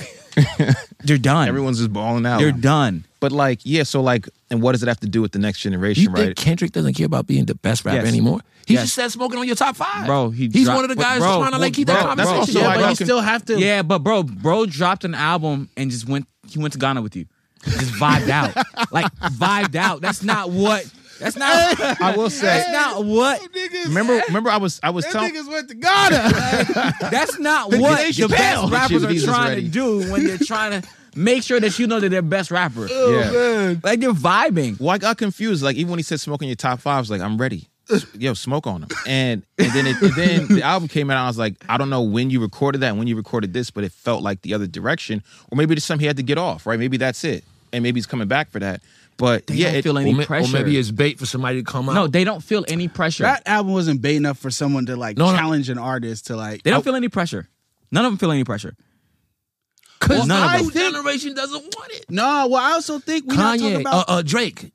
S1: they're done
S3: Everyone's just balling out.
S1: they're done
S3: But like, yeah. So like, and what does it have to do with the next generation?
S5: You
S3: right?
S5: think Kendrick doesn't care about being the best rapper
S1: Yes.
S5: anymore? He
S1: Yes.
S5: just said smoking on your top five.
S1: Bro, he
S5: he's
S1: dropped-
S5: one of the
S1: but
S5: guys
S1: bro,
S5: trying to like keep
S1: bro,
S5: that
S1: that's
S3: also
S5: conversation.
S2: yeah,
S3: why
S2: but you
S3: Duncan-
S2: still have to.
S1: Yeah, but bro, bro dropped an album and just went. He went to Ghana with you, just vibed *laughs* out, like vibed out. That's not what. That's not.
S3: I will
S1: *laughs*
S3: say-
S1: That's not what.
S3: remember, remember, I was I was telling.
S2: went to Ghana.
S1: That's not what the
S3: Chappelle.
S1: best rappers are
S3: Chief Keef is
S1: trying
S3: ready.
S1: to do when *laughs* they're trying to make sure that you know that they're best rapper.
S3: yeah.
S1: Like they're vibing.
S3: Well, I got confused. Like even when he said smoking your top five, I was like, I'm ready. Yo, smoke on them. And and then it, and then the album came out. I was like, I don't know when you recorded that, and when you recorded this, but it felt like the other direction, or maybe it's something he had to get off. Right? Maybe that's it, and maybe he's coming back for that. But yeah,
S1: don't
S3: it,
S1: feel
S5: Or
S1: any
S5: ma- or,
S1: pressure.
S5: maybe it's bait for somebody to come out.
S1: No, they don't feel any pressure.
S2: that album wasn't big enough for someone to like
S5: No, no.
S2: challenge an artist to like.
S1: they don't feel any pressure. None of them feel any pressure.
S5: because
S1: none of
S5: our
S1: them.
S5: generation doesn't want it.
S2: No, well, I also think we not talking
S5: Kanye,
S2: about.
S5: uh, uh, Drake,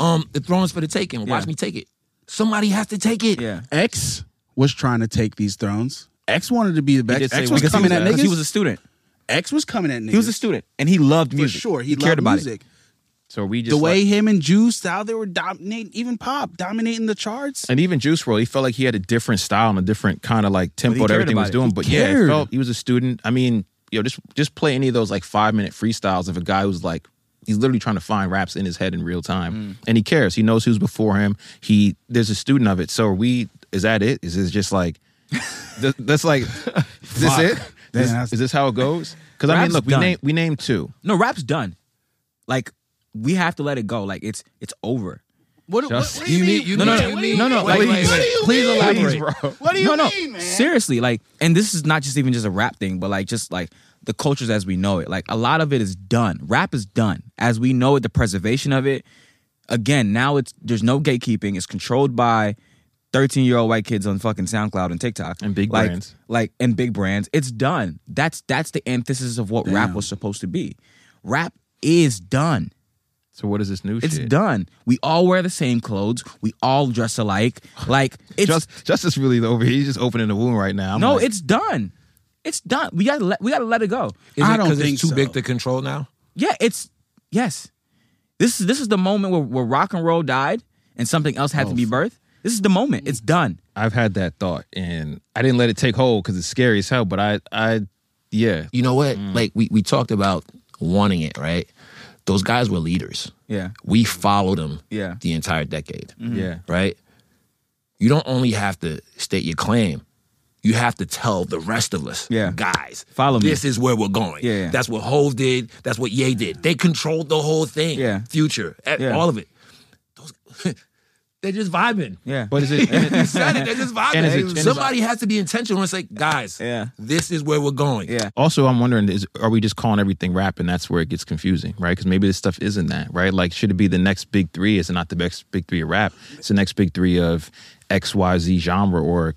S5: um, the throne's for the taking. Watch
S1: Yeah.
S5: me take it. Somebody has to take it.
S1: Yeah,
S2: X was trying to take these thrones. X wanted to be the
S3: did
S2: best.
S3: say
S2: X
S3: he
S2: was
S3: was
S2: coming at
S3: gonna do that.
S1: because
S2: niggas.
S1: he was a student.
S2: X was coming at niggas.
S1: He was a student, and he loved
S2: for
S1: music.
S2: sure. He,
S1: cared
S2: loved
S1: about it.
S2: music.
S3: so we just
S2: The way
S3: like-
S2: him and Juice, how they were dominating, even pop dominating the charts.
S3: and even Juice World, he felt like he had a different style and a different kind of like
S1: he
S3: tempo to
S1: cared
S3: everything he
S1: about
S3: was
S1: it.
S3: doing.
S1: He
S3: but yeah, it
S1: cared.
S3: felt he was a student. I mean, yo, just just play any of those like five minute freestyles of a guy who's like he's literally trying to find raps in his head in real time,
S1: Mm.
S3: and he cares. He knows who's before him. He there's a student of it. So are we? Is that it? Is this just
S1: *laughs*
S3: like th- that's like is this it? This-
S2: that's-
S3: is this how it goes? Because I mean,
S1: Rap's
S3: look, we
S1: done.
S3: name we named two.
S1: No, rap's done. Like we have to let it go. Like it's it's over.
S2: What, what,
S3: Just-
S2: do you mean?
S5: You
S1: No, no,
S5: mean-
S1: no,
S5: what do you
S1: no, no,
S5: mean?
S1: like,
S5: Wait, wait,
S1: please-
S5: wait.
S1: please elaborate.
S3: bro.
S2: What do you
S1: no, no,
S2: mean, man?
S1: seriously, like, and this is not just even just a rap thing, but like, just like the cultures as we know it, like a lot of it is done. Rap is done as we know it. The preservation of it, again, now it's there's no gatekeeping. It's controlled by thirteen year old white kids on fucking SoundCloud and TikTok
S3: And big
S1: like,
S3: brands.
S1: like and big brands. It's done. That's that's the antithesis of what rap was supposed to be. Rap is done.
S3: So what is this new
S1: It's
S3: shit?
S1: done. We all wear the same clothes. We all dress alike. *laughs* Like it's
S3: Just, Justice really over here. He's just opening the wound right now. I'm
S1: no,
S3: like,
S1: it's done. It's done. We gotta let we gotta let it go.
S5: Is
S2: I
S5: it
S2: don't
S5: 'cause
S2: think
S5: it's too
S2: so.
S5: big to control now?
S1: Yeah, it's yes. This is this is the moment where, where rock and roll died and something else had to be birthed. This is the moment. It's done.
S3: I've had that thought, and I didn't let it take hold because it's scary as hell. But I, I, yeah,
S5: You know what?
S1: Mm.
S5: Like we we talked about wanting it, right? Those guys were leaders.
S1: Yeah.
S5: We followed them
S1: Yeah. Mm.
S5: the entire decade.
S2: Mm-hmm.
S3: yeah.
S5: right? You don't only have to state your claim. You have to tell the rest of us,
S1: Yeah.
S5: guys,
S1: Follow me.
S5: This is where we're going.
S1: Yeah, yeah.
S5: That's what Hove did. That's what Ye did. They controlled the whole thing.
S1: Yeah.
S5: Future, e-
S1: Yeah.
S5: all of it. Those, *laughs* they're just vibing.
S1: Yeah.
S3: But is it? and
S2: *laughs*
S5: You
S3: it-
S5: said it. They're just vibing.
S3: And is it- and is it-
S5: Somebody has to be intentional and say, guys,
S1: Yeah.
S5: this is where we're going.
S1: Yeah.
S3: also, I'm wondering: is are we just calling everything rap, and that's where it gets confusing, right? Because maybe this stuff isn't that, right? Like, should it be the next big three? Is it not the next big three of rap? It's the next big three of X, Y, Z genre or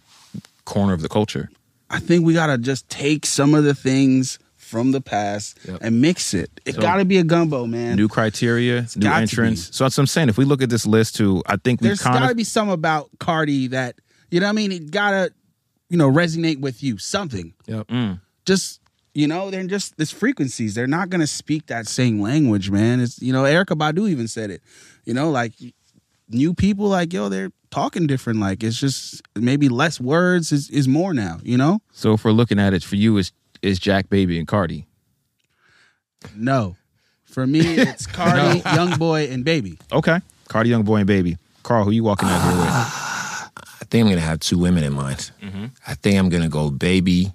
S3: corner of the culture.
S2: I think we gotta just take some of the things from the past and mix it. It gotta be a gumbo, man.
S3: New criteria, new
S2: got to
S3: entrance. So that's what I'm saying. If we look at this list, too, I think we
S2: There's
S3: kind
S2: gotta
S3: of
S2: be some about Cardi that you know what I mean. It gotta you know resonate with you. Something.
S5: Yep.
S2: Just you know, they're just this frequencies. They're not gonna speak that same language, man. It's you know, Erica Badu even said it. You know, like new people, like yo, they're talking different. Like it's just maybe less words is is more now. You know.
S3: So if we're looking at it for you, is is Jack Baby and Cardi?
S2: No. For me, it's Cardi, Young Boy, and Baby.
S3: Okay, Cardi, Young Boy, and Baby. Carl, who you walking out here with?
S5: I think I'm going to have two women in mind. I think I'm going to go Baby,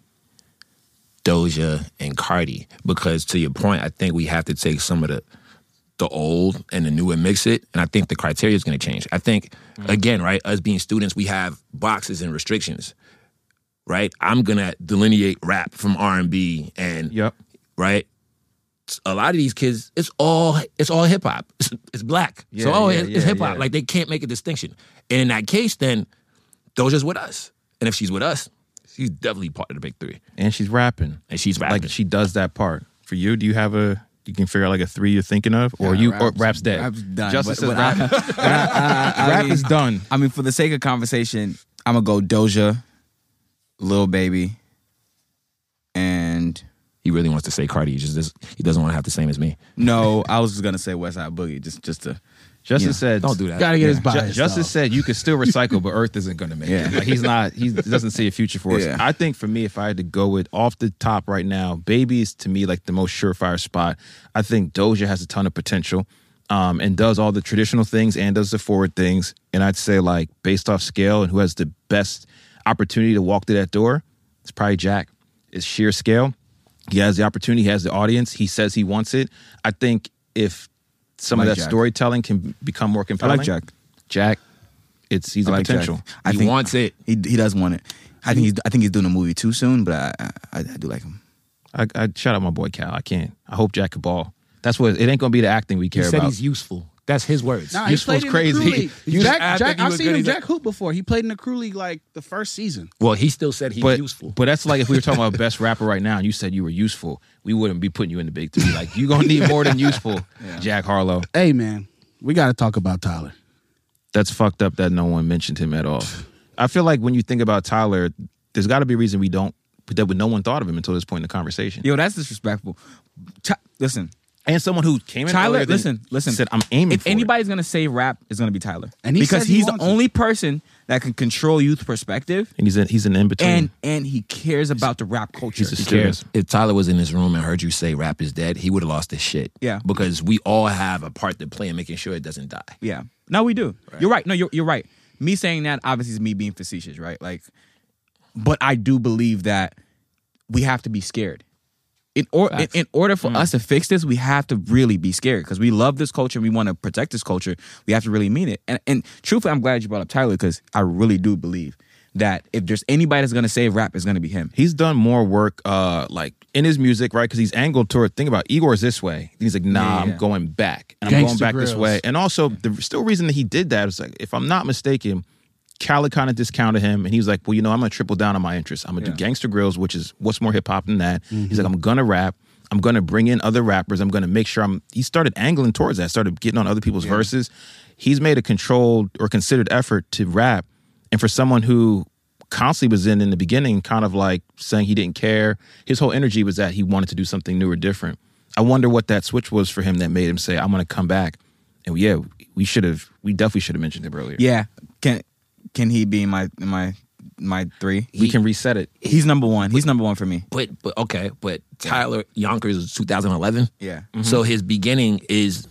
S5: Doja, and Cardi because to your point, I think we have to take some of the the old and the new and mix it. And I think the criteria is going to change. I think again, right? Us being students, we have boxes and restrictions, right? I'm going to delineate rap from R&B and
S3: Yep.
S5: right? A lot of these kids, it's all it's all hip hop. *laughs* It's, it's black,
S3: Yeah,
S5: so oh,
S3: yeah,
S5: it's,
S3: yeah,
S5: hip hop.
S3: yeah.
S5: Like they can't make a distinction. And in that case, then Doja's with us, and if she's with us, she's definitely part of the big three,
S3: And she's rapping.
S5: and she's rapping.
S3: Like she does that part. For you, do you have a? You can figure out like a three you're thinking of, or you or raps dead.
S1: rap's done,
S3: Justice
S1: but-
S3: says
S1: but
S3: rap. *laughs* rap is done.
S1: I mean, for the sake of conversation, I'm gonna go Doja, Lil Baby, and
S5: he really wants to say Cardi. He just does- he doesn't want to have the same as me.
S1: no, I was just gonna say Westside Boogie just just to
S3: Justice
S1: Yeah.
S3: said.
S5: Don't do that.
S2: Gotta get his
S3: Ju-
S2: bias.
S3: Justice
S2: though.
S3: said you could still recycle, but Earth isn't going to make
S1: Yeah.
S3: it. Like, he's not. He doesn't see a future for us.
S1: Yeah.
S3: I think for me, if I had to go with off the top right now, Baby is to me like the most surefire spot. I think Doja has a ton of potential, um, and does all the traditional things and does the forward things. And I'd say like based off scale and who has the best opportunity to walk through that door, it's probably Jack. It's sheer scale. He has the opportunity. He has the audience. He says he wants it. I think if some
S1: Like
S3: of that
S1: Jack.
S3: storytelling can become more compelling.
S1: Jack.
S3: Jack, it's he's a
S1: I like
S3: potential.
S1: Jack. I
S5: he
S1: think
S5: wants it.
S1: he he does want it. I think he's I think he's doing a movie too soon, but I I, I do like him.
S3: I, I shout out my boy Cal. I can't. I hope Jack could ball. That's what it ain't gonna be the acting we
S5: He
S3: care
S5: said
S3: about.
S5: he's useful. That's his words.
S2: Nah, he played
S3: Useful's
S2: in
S3: crazy.
S2: The crew
S5: *laughs*
S2: league.
S3: You
S5: just
S2: Jack,
S5: asked if
S2: Jack,
S5: he
S2: I've
S5: was
S2: seen
S5: good,
S2: him
S5: he's like-
S2: Jack Hoop before. He played in the crew league like the first season.
S5: well, he still said he's
S3: but
S5: useful.
S3: but that's like if we were talking about best rapper right now, and you said you were useful, we wouldn't be putting you in the big three. Like you gonna need more
S1: *laughs*
S3: than useful, Jack Harlow.
S2: Hey man, we gotta talk about Tyler.
S3: That's fucked up that no one mentioned him at all. I feel like when you think about Tyler, there's got to be a reason we don't that no one thought of him until this point in the conversation.
S1: Yo, that's disrespectful. Ty- listen,
S3: And someone who came in
S1: Tyler,
S3: earlier than-
S1: listen, listen.
S3: said I'm aiming.
S1: If
S3: for it."
S1: anybody's gonna say rap, it's gonna be Tyler,
S2: And he
S1: because
S2: said he
S1: he's the
S2: wants it.
S1: only person that can control youth perspective,
S3: and he's in, he's an in between.
S1: and and he cares about the rap culture.
S3: he's a student.
S5: if Tyler was in this room and heard you say rap is dead, he would have lost his shit.
S1: Yeah.
S5: because we all have a part to play in making sure it doesn't die.
S1: Yeah. No, we do. You're right. No, you're you're right. Me saying that obviously is me being facetious, right? Like, but I do believe that we have to be scared. In or in, in order for us to fix this, we have to really be scared because we love this culture and we want to protect this culture. We have to really mean it. And and truthfully, I'm glad you brought up Tyler because I really do believe that if there's anybody that's gonna save rap, it's gonna be him.
S3: he's done more work uh like in his music right because he's angled toward think about igor's this way he's like nah i'm going back and i'm going
S2: Gangsta
S3: back this
S2: Grills.
S3: way and also the still reason that he did that is like if i'm not mistaken Khaled kind of discounted him, and he was like,
S2: Mm-hmm.
S3: "Well, you know, I'm gonna triple down on my interests. I'm gonna do Gangster Grills, which is what's more hip hop than that." He's like, "I'm gonna rap. I'm I'm gonna bring in other rappers. I'm gonna make sure I'm. He started angling towards that. Started getting on other people's verses. He's made a controlled or considered effort to rap, and for someone who constantly was in in the beginning, kind of like saying he didn't care. His whole energy was that he wanted to do something new or different. I wonder what that switch was for him that made him say, "I'm gonna come back." And yeah, we should have. We definitely should have mentioned him earlier.
S1: Yeah. Can can he be in my in my my three?
S3: we can reset it.
S1: He's number one. He's number one for me.
S5: But but okay, but Tyler Yonkers is 2011.
S1: Yeah.
S5: So his beginning is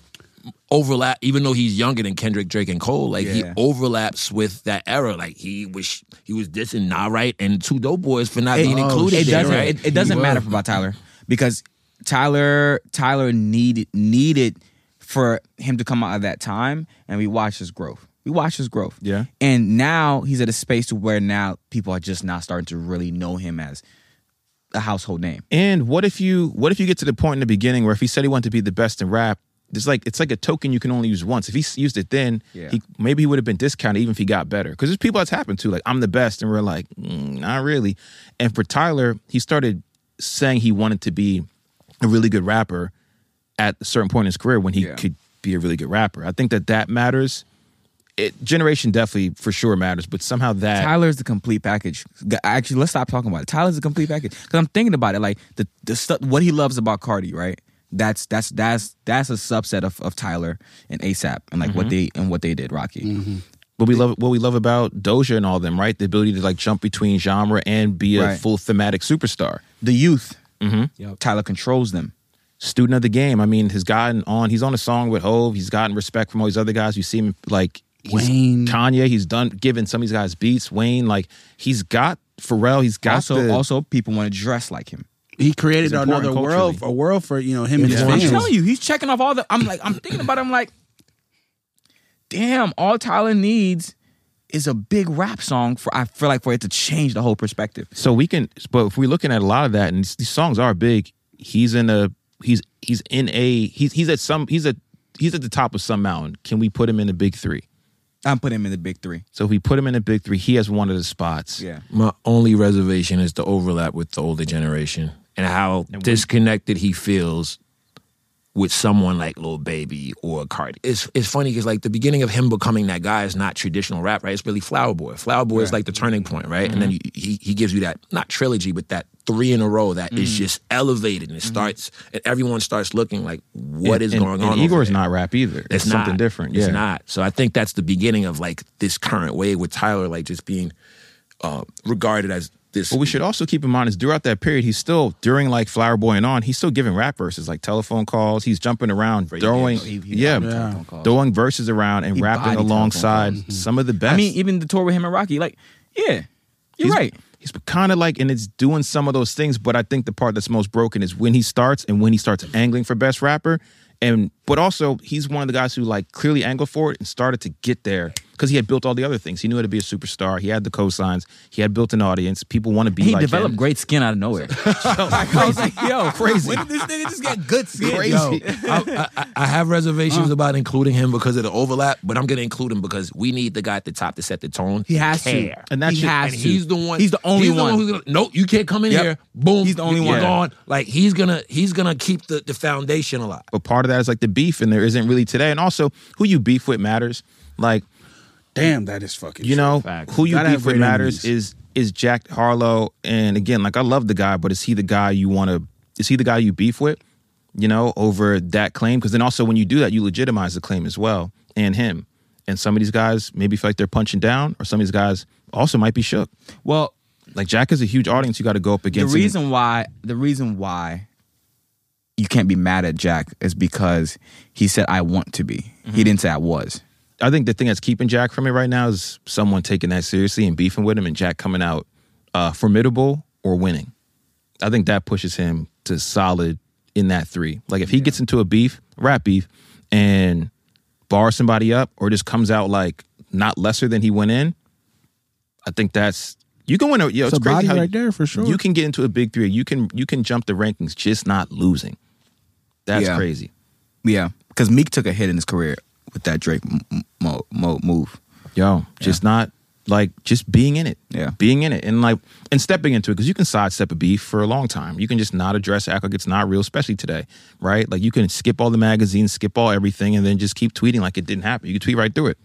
S5: overlap. Even though he's younger than Kendrick, Drake, and Cole, like he
S1: Yeah.
S5: overlaps with that era. Like he was he was dissing Nah Right and Two Dope Boys for not being included.
S1: It
S5: there,
S1: doesn't.
S5: Oh, right?
S1: It, it doesn't matter about Tyler because Tyler Tyler needed needed for him to come out of that time, and we watched his growth. We watched his growth.
S3: Yeah.
S1: And now he's at a space to where now people are just now starting to really know him as a household name.
S3: And what if you what if you get to the point in the beginning where if he said he wanted to be the best in rap, it's like it's like a token you can only use once. If he s- used it then,
S1: Yeah.
S3: he maybe he would have been discounted even if he got better. Because there's people that's happened to like I'm the best, and we're like "Mm, not really. And for Tyler, he started saying he wanted to be a really good rapper at a certain point in his career when he
S1: Yeah.
S3: could be a really good rapper. I think that that matters. It, generation definitely for sure matters, but somehow that
S1: Tyler's the complete package. G- Actually, let's stop talking about it. Tyler's the complete package because I'm thinking about it. Like the the stuff what he loves about Cardi, right? That's that's that's that's a subset of, of Tyler and ASAP and like what they and what they did, Rocky.
S3: what we love what we love about Doja and all them, right? The ability to like jump between genre and be a
S1: Right.
S3: full thematic superstar.
S1: the youth. Tyler controls them.
S3: Student of the game. I mean, has gotten on. He's on a song with Hove. He's gotten respect from all these other guys. You see him like he's
S2: Wayne.
S3: Kanye. He's done giving some of these guys beats. Wayne, like he's got Pharrell. He's got
S1: also,
S3: the-
S1: also people want to dress like him.
S2: He created
S3: It's important
S2: another world,
S3: culturally.
S2: a world for you know him and his
S3: Yeah.
S1: I'm
S3: Yes.
S2: fans.
S1: telling you, he's checking off all the. I'm like, I'm thinking about. it. I'm like, damn. All Tyler needs is a big rap song for. I feel like for it to change the whole perspective.
S3: So we can, but if we're looking at a lot of that, and these songs are big. He's in a he's he's in a he's he's at some he's at he's at the top of some mountain. Can we put him in the big three?
S1: I'm putting him in the big three.
S3: So if we put him in the big three, he has one of the spots.
S5: My only reservation is the overlap with the older generation and how disconnected he feels with someone like Lil Baby or Cardi. It's it's funny because like the beginning of him becoming that guy is not traditional rap, right? It's really Flower Boy. Flower Boy is like the turning point, right? And then
S3: Mm-hmm.
S5: you, he he gives you that not trilogy, but that three in a row that is
S3: Mm.
S5: just elevated and it starts and everyone starts looking like what is
S3: Mm-hmm. and,
S5: going
S3: and
S5: on. over
S3: Igor's
S5: there?
S3: not rap either.
S5: It's,
S3: It's, something
S5: not.
S3: different.
S5: It's
S3: yeah.
S5: not. So I think that's the beginning of like this current wave with Tyler, like just being uh, regarded as this.
S3: What we should also keep in mind is throughout that period, he's still during like Flower Boy and on, he's still giving rap verses like telephone calls. He's jumping around, throwing,
S1: He- he-
S3: yeah,
S1: he- telephone calls.
S3: throwing verses around and
S1: He
S3: rapping
S1: bodied
S3: alongside
S1: telephone
S3: some of the best.
S1: I mean, even the tour with him and Rocky. Like, yeah, you're
S3: He's-
S1: right.
S3: He's kind of like, and it's doing some of those things, but I think the part that's most broken is when he starts and when he starts angling for best rapper. And but also he's one of the guys who like clearly angled for it and started to get there because he had built all the other things. He knew how to be a superstar. He had the cosigns. He had built an audience. People want to be.
S1: He
S3: like
S1: developed
S3: him.
S1: great skin out of *laughs* nowhere. I was like, yo, *laughs* crazy. When did this nigga just get good skin?
S3: Crazy.
S1: yo?
S5: I, I, I have reservations about including him because of the overlap, but I'm going to include him because we need the guy at the top to set the tone.
S1: He has
S5: Care.
S1: to.
S3: And that
S1: he
S3: should-
S1: has
S5: And
S1: to.
S5: he's the one.
S1: He's the only
S5: he's
S1: one.
S5: who's gonna, no, you can't come in
S1: Yep.
S5: here. Boom.
S1: He's the only
S5: you're
S1: one.
S5: Gone. Like he's gonna he's gonna keep the, the foundation alive.
S3: But part of that is like the beef, and there isn't really today. And also, who you beef with matters. Like
S2: Damn, that is fucking.
S3: you know, who you
S2: Gotta have
S3: beef with
S2: great
S3: matters
S2: enemies.
S3: is is Jack Harlow. And again, like I love the guy, but is he the guy you want to? Is he the guy you beef with? You know, over that claim because then also when you do that, you legitimize the claim as well and him. And some of these guys maybe feel like they're punching down, or some of these guys also might be shook.
S1: well,
S3: Like Jack is a huge audience you got to go up
S1: the
S3: against. and-
S1: reason why the reason why you can't be mad at Jack is because he said I want to be. He didn't say I was.
S3: I think the thing that's keeping Jack from it right now is someone taking that seriously and beefing with him, and Jack coming out uh, formidable or winning. I think that pushes him to solid in that three. Like if he gets into a beef, rap beef, and bars somebody up, or just comes out like not lesser than he went in, I think that's you can win. A, yo,
S2: It's
S3: it's,
S2: a
S3: crazy
S2: body
S3: how
S2: right there for sure.
S3: You can get into a big three. You can you can jump the rankings, just not losing. That's
S1: Yeah.
S3: crazy.
S1: Yeah, because Meek took a hit in his career with that Drake m- m- mo- mo- move.
S3: Yo, just not like just being in it,
S1: Yeah.
S3: being in it, and like and stepping into it because you can sidestep a beef for a long time. You can just not address, act like it's not real, especially today, right? Like you can skip all the magazines, skip all everything, and then just keep tweeting like it didn't happen. You can tweet right through it.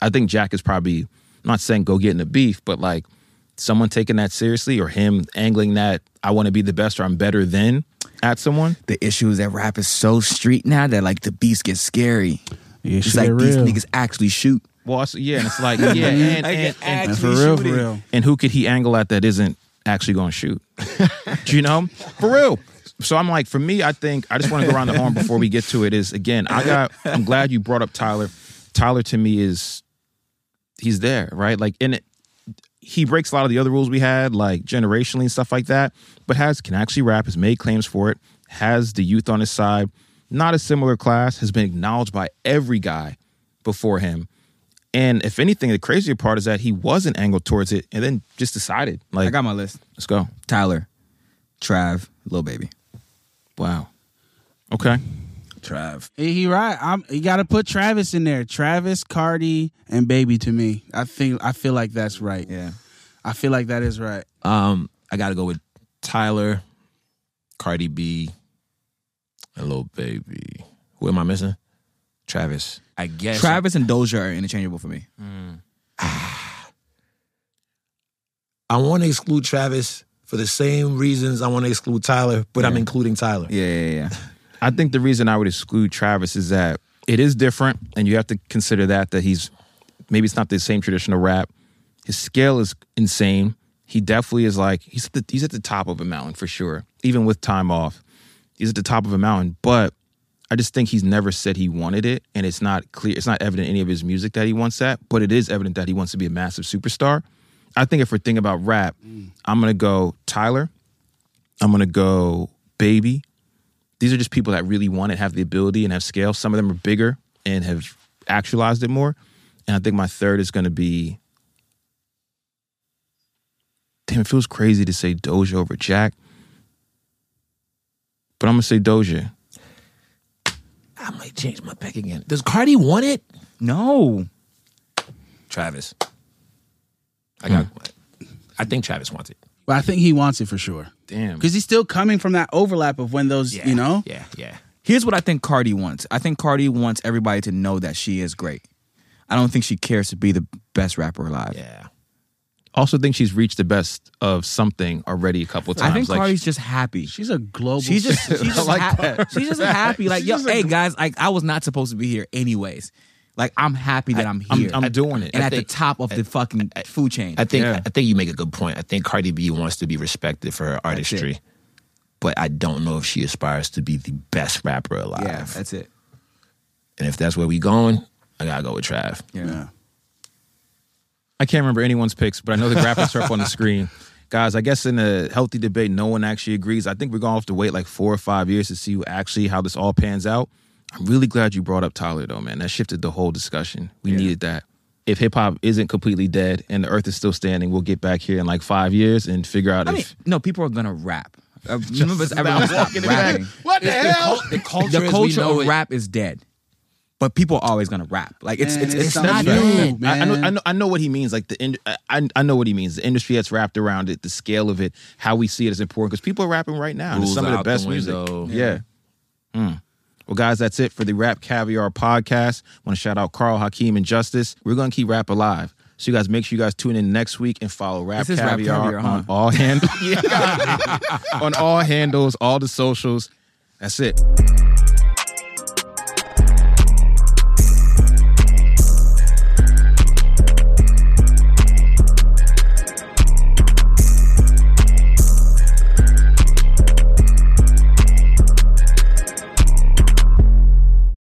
S3: I think Jack is probably I'm not saying go get in the beef, but like someone taking that seriously or him angling that I want to be the best or I'm better than at someone.
S1: The issue is that rap is so street now that like the beats get scary.
S2: Yeah,
S1: it's
S2: shit
S1: like these
S2: real.
S1: niggas actually shoot.
S3: Well, also, yeah, and it's like yeah, and,
S1: Like,
S3: and, and,
S2: For real, for
S1: shooting.
S2: real.
S3: and who could he angle at that isn't actually going to shoot? Do you know? For real. So I'm like, for me, I think I just want to go around the horn before we get to it. Is again, I got. I'm glad you brought up Tyler. Tyler to me is he's there, right? Like, and it, he breaks a lot of the other rules we had, like generationally and stuff like that. But has can actually rap, has made claims for it, has the youth on his side. Not a similar class has been acknowledged by every guy before him. And if anything, the crazier part is that he wasn't angled towards it, and then just decided like,
S1: I got my list.
S3: let's go.
S1: Tyler, Trav, Lil Baby.
S3: Wow. Okay.
S1: Trav.
S2: He he right. I'm, you got to put Travis in there. Travis, Cardi, and Baby to me. I think I feel like that's right.
S1: Yeah.
S2: I feel like that is right.
S5: Um, I gotta go with Tyler, Cardi B, and Lil Baby. Who am I missing? Travis. I guess
S1: Travis and Doja are interchangeable for me.
S6: I want to exclude Travis for the same reasons I want to exclude Tyler, but I'm including Tyler.
S1: Yeah, yeah, yeah.
S3: I think the reason I would exclude Travis is that it is different, and you have to consider that that he's maybe it's not the same traditional rap. His scale is insane. He definitely is like he's at the, he's at the top of a mountain for sure. Even with time off, he's at the top of a mountain. But I just think he's never said he wanted it, and it's not clear. It's not evident in any of his music that he wants that. But it is evident that he wants to be a massive superstar. I think if we're thinking about rap, I'm gonna go Tyler. I'm gonna go Baby these are just people that really want it, have the ability, and have scale. Some of them are bigger and have actualized it more. And I think my third is going to be. Damn, it feels crazy to say Doja over Jack, but I'm gonna say Doja.
S5: I might change my pick again. Does Cardi want it?
S1: No.
S5: Travis. I got I think Travis wants it.
S2: But I think he wants it for sure
S3: Damn,
S2: because he's still coming from that overlap of when those
S5: Yeah.
S2: you know.
S5: Yeah, yeah.
S1: Here's what I think Cardi wants. I think Cardi wants everybody to know that she is great. I don't think she cares to be the best rapper alive.
S5: Yeah.
S3: also think she's reached the best of something already a couple
S1: I
S3: times.
S1: think
S3: like,
S1: Cardi's just happy.
S2: She's a global.
S1: She's
S2: *laughs*
S1: just *laughs* she's just,
S3: like
S1: hap-
S3: that.
S1: she's just happy. Like, yo, hey guys, like I was not supposed to be here anyways. Like I'm happy that I, am
S3: I'm-
S1: here.
S3: I'm doing it.
S1: And
S3: I
S1: at
S5: think-
S1: the top of the fucking food chain.
S5: I think
S3: Yeah.
S5: I think you make a good point. I think Cardi B wants to be respected for her artistry. But I don't know if she aspires to be the best rapper alive.
S1: yeah, that's it.
S5: and if that's where we going, I gotta go with Trav.
S1: Yeah.
S2: yeah.
S3: I can't remember anyone's picks, but I know the graphics are up on the screen. Guys, I guess in a healthy debate, no one actually agrees. I think we're gonna have to wait like four or five years to see who actually how this all pans out. I'm really glad you brought up Tyler though, man. That shifted the whole discussion. We needed that. If hip hop isn't completely dead and the earth is still standing, we'll get back here in like five years and figure out
S1: I
S3: if
S1: mean, no, people are gonna rap. Uh, remember, everyone stopped rapping.
S3: what the hell?
S5: The culture,
S1: the
S5: as we
S1: culture
S5: know
S1: of
S5: it-
S1: rap is dead, but people are always gonna rap. Like it's
S2: Man,
S1: it's,
S2: it's
S1: it's,
S2: something
S1: not
S2: about
S1: new.
S2: it.
S3: I, I know,
S2: man.
S3: I know, I know what he means. Like the, ind- I, I know what he means. The industry that's wrapped around it, the scale of it, how we see it is important because people are rapping right now. and It's
S5: Rules
S3: some of the
S5: out the
S3: best music.
S5: window.
S3: Yeah. Mm. Well, guys, that's it for the Rap Caviar podcast. Want to shout out Carl, Hakeem, and Justice. We're gonna keep rap alive. So you guys make sure you guys tune in next week and follow Rap
S1: This is Rap
S3: Caviar,
S1: Caviar,
S3: on
S1: huh?
S3: all *laughs* handles. on all handles, all the socials. That's it.